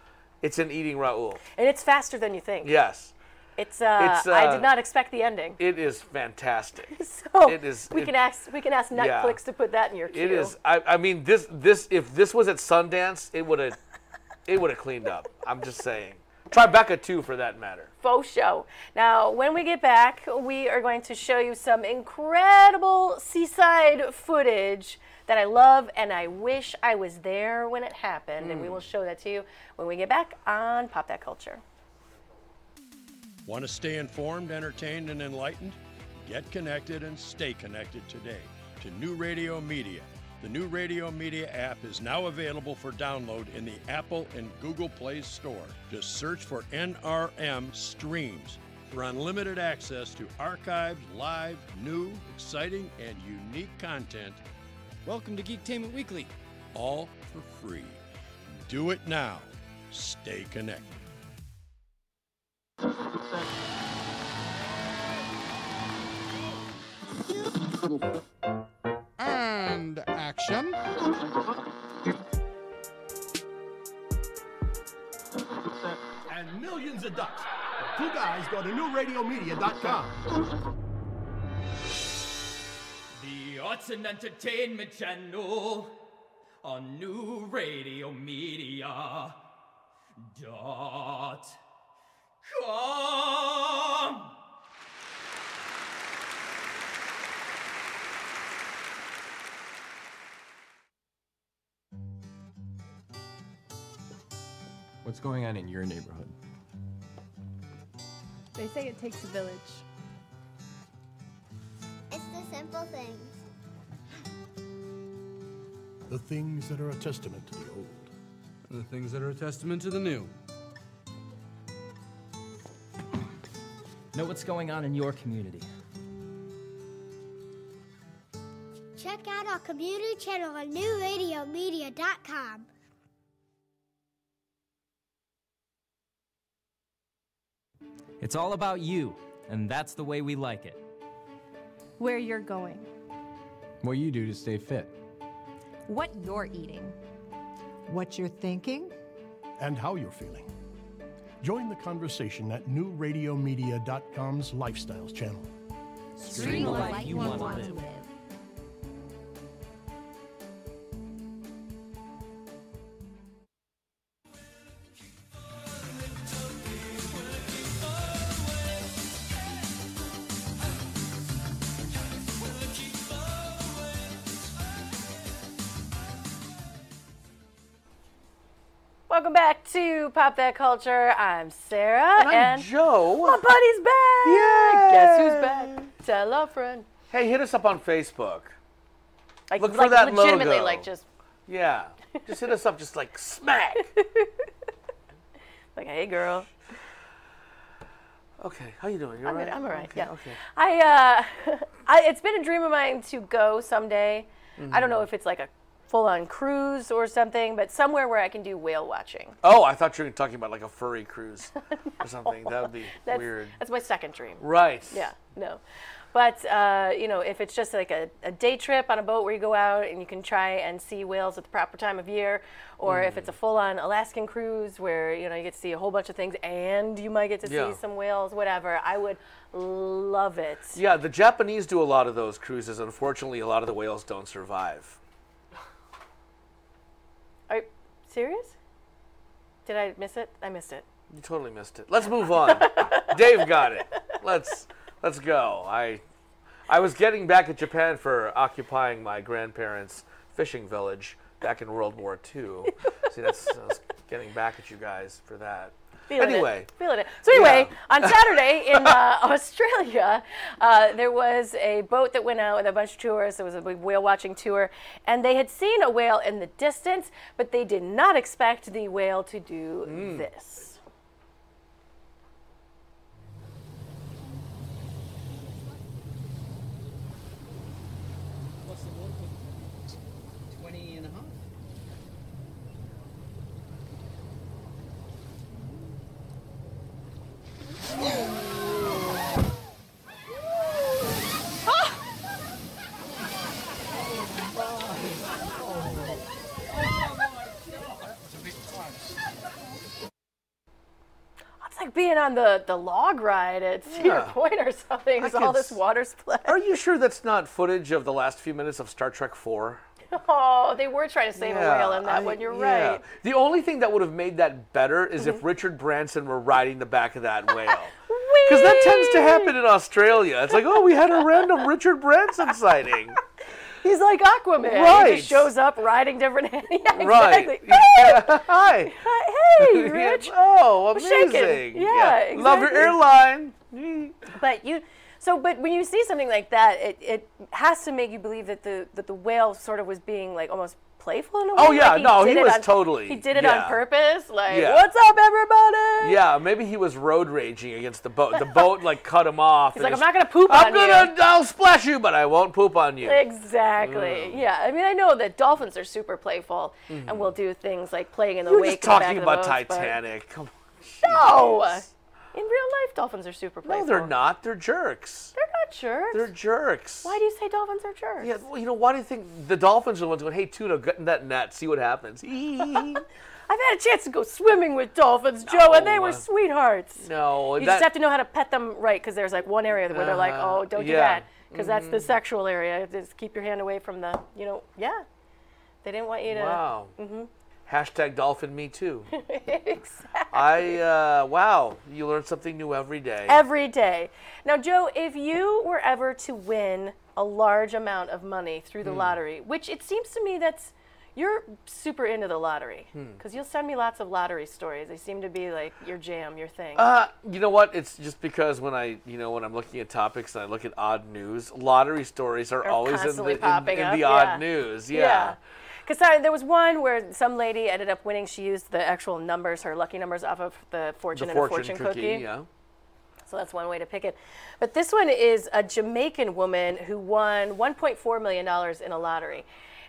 Speaker 3: It's in Eating Raoul.
Speaker 2: and it's faster than you think.
Speaker 3: Yes,
Speaker 2: it's. Uh,
Speaker 3: It's,
Speaker 2: I
Speaker 3: uh,
Speaker 2: did not expect the ending.
Speaker 3: it is fantastic.
Speaker 2: So
Speaker 3: it is.
Speaker 2: We
Speaker 3: it-
Speaker 2: can ask. We can ask Netflix
Speaker 3: Yeah.
Speaker 2: to put that in your queue.
Speaker 3: It is. I, I mean, this this if this was at Sundance, it would have it would have cleaned up. I'm just saying. Tribeca too, for that matter.
Speaker 2: faux show. Now, when we get back, we are going to show you some incredible seaside footage that I love and I wish I was there when it happened. And we
Speaker 11: Mm.
Speaker 2: will show that to you when we get back on Pop That Culture.
Speaker 11: Want to stay informed, entertained, and enlightened? Get connected and stay connected today to New Radio Media. The New Radio Media app is now available for download in the Apple and Google Play Store. Just search for NRM Streams for unlimited access to archives, live, new, exciting, and unique content. Welcome to Geektainment Weekly. All for free. Do it now. Stay connected.
Speaker 9: And action.
Speaker 20: and millions of ducks. Two guys go to newradiomedia.com.
Speaker 19: Arts and Entertainment Channel on New Radio Media dot com.
Speaker 20: What's going on in your neighborhood?
Speaker 21: They say it takes a village.
Speaker 22: It's the simple things.
Speaker 23: The things that are a testament to the old.
Speaker 20: The things that are a testament to the new.
Speaker 24: Know what's going on in your community.
Speaker 22: Check out our community channel on newradiomedia.com.
Speaker 24: It's all about you, and that's the way we like it.
Speaker 21: Where you're going.
Speaker 20: What you do to stay fit.
Speaker 21: What you're eating.
Speaker 23: What you're thinking. And how you're feeling. Join the conversation at newradiomedia.com's Lifestyles channel.
Speaker 25: Stream the life you want to live.
Speaker 2: Welcome back to Pop That Culture. I'm Sarah.
Speaker 3: And I'm Joe.
Speaker 2: My buddy's back.
Speaker 3: Yay.
Speaker 2: Guess who's back? Tell a friend.
Speaker 3: Hey, hit us up on Facebook.
Speaker 2: Like,
Speaker 3: Look for
Speaker 2: like
Speaker 3: that
Speaker 2: legitimately,
Speaker 3: logo.
Speaker 2: like just
Speaker 3: Yeah. Just hit us up, just like smack.
Speaker 2: like, hey, girl.
Speaker 3: Okay, how you doing? You
Speaker 2: I'm
Speaker 3: alright?
Speaker 2: good. I'm all right.
Speaker 3: Okay,
Speaker 2: yeah.
Speaker 3: Okay.
Speaker 2: I, uh, I it's been a dream of mine to go someday. I don't
Speaker 3: Mm-hmm.
Speaker 2: know if it's like a full-on cruise or something, but somewhere where I can do whale watching.
Speaker 3: Oh, I thought you were talking about like a furry cruise or something. That would be
Speaker 2: That's,
Speaker 3: weird.
Speaker 2: That's my second dream.
Speaker 3: Right.
Speaker 2: Yeah. No. But uh, you know, if it's just like a, a day trip on a boat where you go out and you can try and see whales at the proper time of year, or if
Speaker 3: Mm.
Speaker 2: it's a full-on Alaskan cruise where you know you get to see a whole bunch of things and you might get to
Speaker 3: Yeah.
Speaker 2: see some whales, whatever, I would love it.
Speaker 3: Yeah, the Japanese do a lot of those cruises. Unfortunately, a lot of the whales don't survive.
Speaker 2: Are you serious? Did I miss it? I missed it.
Speaker 3: You totally missed it. Let's move on. Dave got it. Let's let's go. I I was getting back at Japan for occupying my grandparents' fishing village back in World War II. See, that's I was getting back at you guys for that.
Speaker 2: Feeling
Speaker 3: anyway,
Speaker 2: it. feeling it. So anyway, on Saturday in uh, Australia, uh, there was a boat that went out with a bunch of tourists. It was a big whale watching tour, and they had seen a whale in the distance, but they did not expect the whale to do
Speaker 3: Mm.
Speaker 2: this.
Speaker 26: What's the water put? 20 and a half.
Speaker 2: It's like being on the, the log ride at Cedar
Speaker 3: Yeah.
Speaker 2: Point or something.
Speaker 3: I
Speaker 2: It's all
Speaker 3: could
Speaker 2: this
Speaker 3: s-
Speaker 2: water splash.
Speaker 3: Are you sure that's not footage of the last few minutes of Star Trek 4?
Speaker 2: Oh, they were trying to save a whale in that
Speaker 3: I-
Speaker 2: one. You're
Speaker 3: yeah.
Speaker 2: right. Mm-hmm.
Speaker 3: The only thing that would have made that better is if Richard Branson were riding the back of that whale. Because that tends to happen in Australia. It's like, oh, we had a random Richard Branson sighting.
Speaker 2: He's like Aquaman. He
Speaker 3: Right.
Speaker 2: just shows up riding different. yeah, exactly.
Speaker 3: Right. Hi.
Speaker 2: Hey, Rich.
Speaker 3: oh,
Speaker 2: We're shaking.
Speaker 3: amazing.
Speaker 2: Yeah,
Speaker 3: Yeah. Love your
Speaker 2: exactly. but you, so but when you see something like that, it, it has to make you believe that the that the whale sort of was being like almost playful in a way.
Speaker 3: Oh, yeah,
Speaker 2: Like,
Speaker 3: no,
Speaker 2: did
Speaker 3: he
Speaker 2: it
Speaker 3: was
Speaker 2: on-
Speaker 3: totally-
Speaker 2: He did it
Speaker 3: yeah.
Speaker 2: on purpose. Like,
Speaker 3: Yeah.
Speaker 2: what's up, everybody?
Speaker 3: Yeah, maybe he was road raging against the boat. The boat like cut him off.
Speaker 2: He's
Speaker 3: and
Speaker 2: like, I'm
Speaker 3: his-
Speaker 2: not gonna poop
Speaker 3: I'm
Speaker 2: on
Speaker 3: gonna, I'll splash you, but I won't poop on you. Mm.
Speaker 2: Exactly. Yeah. I mean, I know that dolphins are super playful
Speaker 3: Mhm.
Speaker 2: and will do things like playing in the
Speaker 3: We're
Speaker 2: wake. of
Speaker 3: just
Speaker 2: the back
Speaker 3: talking
Speaker 2: of the
Speaker 3: about
Speaker 2: boats, but-
Speaker 3: Titanic. Come on.
Speaker 2: No.
Speaker 3: Jeez.
Speaker 2: In real life, dolphins are super playful.
Speaker 3: No, they're not. They're jerks.
Speaker 2: They're not jerks.
Speaker 3: They're jerks.
Speaker 2: Why do you say dolphins are jerks?
Speaker 3: Yeah, well, you know, why do you think the dolphins are the ones going, hey, tuna, get in that net, see what happens?
Speaker 2: I've had a chance to go swimming with dolphins, Joe, and they
Speaker 3: No.
Speaker 2: were sweethearts.
Speaker 3: No,
Speaker 2: you
Speaker 3: that-
Speaker 2: just have to know how to pet them right because there's like one area where they're like,
Speaker 3: Uh-huh.
Speaker 2: oh, don't do
Speaker 3: Yeah. Mm-hmm.
Speaker 2: that. because that's the sexual area. Just keep your hand away from the, you know, yeah. They didn't want you to.
Speaker 3: Wow.
Speaker 2: hmm
Speaker 3: Hashtag dolphin me too.
Speaker 2: exactly.
Speaker 3: I uh, wow, you learn something new every day.
Speaker 2: Every day. Now, Joe, if you were ever to win a large amount of money through the
Speaker 3: Hmm.
Speaker 2: lottery, which it seems to me that's you're super into the lottery
Speaker 3: Hmm.
Speaker 2: because you'll send me lots of lottery stories. They seem to be like your jam, your thing.
Speaker 3: Uh, you know what? It's just because when I, you know, when I'm looking at topics and I look at odd news, lottery stories are
Speaker 2: Are
Speaker 3: always in the
Speaker 2: constantly
Speaker 3: in,
Speaker 2: popping
Speaker 3: in
Speaker 2: up,
Speaker 3: the odd
Speaker 2: yeah.
Speaker 3: news. Yeah.
Speaker 2: Because there was one where some lady ended up winning. She used the actual numbers, her lucky numbers, off of the fortune
Speaker 3: the
Speaker 2: and the
Speaker 3: fortune
Speaker 2: fortune
Speaker 3: cookie,
Speaker 2: cookie.
Speaker 3: yeah.
Speaker 2: So that's one way to pick it. But this one is a Jamaican woman who won $1.4 million in a lottery.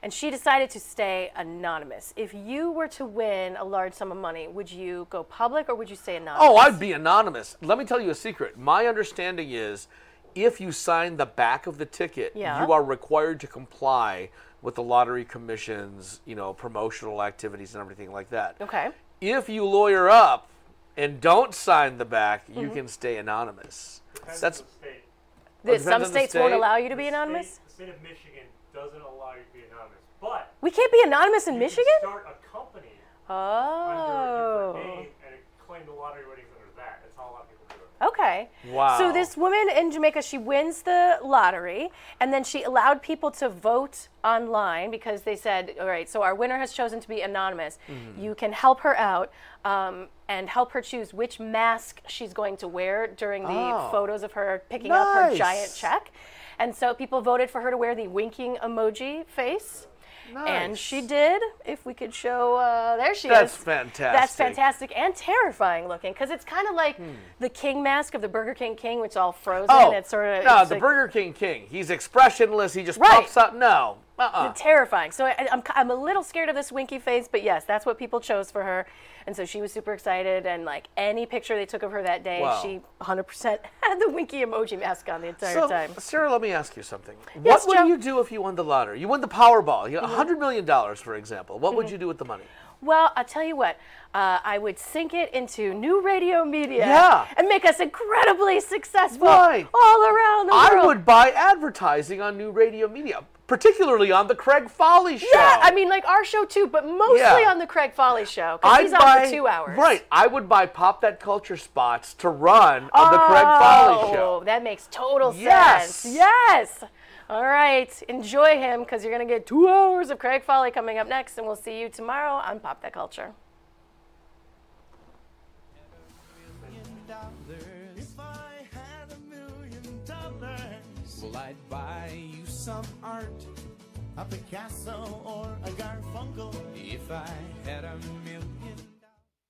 Speaker 2: And she decided to stay anonymous. If you were to win a large sum of money, would you go public or would you stay anonymous?
Speaker 3: Oh, I'd be anonymous. Let me tell you a secret. My understanding is if you sign the back of the ticket,
Speaker 2: Yeah.
Speaker 3: you are required to comply with the lottery commission's, you know, promotional activities and everything like that.
Speaker 2: Okay.
Speaker 3: If you lawyer up and don't sign the back, you
Speaker 2: Mhm.
Speaker 3: can stay anonymous. That's Oh,
Speaker 2: That
Speaker 3: Depends
Speaker 2: some
Speaker 3: on the
Speaker 2: states won't
Speaker 3: state.
Speaker 2: allow you to be
Speaker 16: The state-
Speaker 2: anonymous?
Speaker 16: The state of Michigan doesn't allow you to be anonymous, but
Speaker 2: We can't be anonymous in
Speaker 16: you
Speaker 2: Michigan?
Speaker 16: Can start a company
Speaker 2: Oh.
Speaker 16: name and claim the lottery winnings under that. That's how a lot of people do it.
Speaker 2: Okay.
Speaker 16: Wow.
Speaker 2: So this woman in Jamaica, she wins the lottery, and then she allowed people to vote online because they said, "All right, so our winner has chosen to be anonymous.
Speaker 1: Mhm.
Speaker 2: You can help her out um, and help her choose which mask she's going to wear during the
Speaker 1: Oh.
Speaker 2: photos of her picking up her
Speaker 1: Nice.
Speaker 2: giant check." And so people voted for her to wear the winking emoji face. And she did. If we could show, uh, there she
Speaker 3: That's
Speaker 2: is. That's
Speaker 3: fantastic.
Speaker 2: fantastic and terrifying looking because it's kind of like
Speaker 3: Hmm.
Speaker 2: the king mask of the Burger King King, which is all frozen. and it's sort of
Speaker 3: Oh, no, the Burger King King. He's expressionless. He just
Speaker 2: Right.
Speaker 3: pops up. No, uh-uh.
Speaker 2: terrifying. So I, I'm, I'm a little scared of this winky face, but yes, that's what people chose for her, and so she was super excited. And like any picture they took of her that day,
Speaker 3: Wow.
Speaker 2: she 100% had the winky emoji mask on the entire
Speaker 3: So,
Speaker 2: time.
Speaker 3: Sarah, let me ask you something.
Speaker 2: Yes,
Speaker 3: what would
Speaker 2: Joe? Mm-hmm.
Speaker 3: you do if you won the lottery? You won the Powerball. You $100 million, dollars, for example. What would
Speaker 2: Mhm.
Speaker 3: you do with the money?
Speaker 2: Well, I'll tell you what, uh, I would sink it into new radio media
Speaker 3: Yeah.
Speaker 2: and make us incredibly successful
Speaker 3: Right.
Speaker 2: all around the
Speaker 3: I
Speaker 2: world.
Speaker 3: would buy advertising on new radio media, particularly on the Craig Folly show.
Speaker 2: Yeah, I mean, like our show too, but mostly
Speaker 3: Yeah.
Speaker 2: on the Craig Folly show because he's on for two hours.
Speaker 3: Right. I would buy Pop That Culture spots to run on the Craig Folly show.
Speaker 2: Oh, that makes total
Speaker 3: Yes.
Speaker 2: sense. Yes. All right. Enjoy him because you're going to get two hours of Craig Folly coming up next, and we'll see you tomorrow on Pop That Culture.
Speaker 4: If I had a million dollars, well, I'd buy you some art. A Picasso or a Garfunkel. If I had a million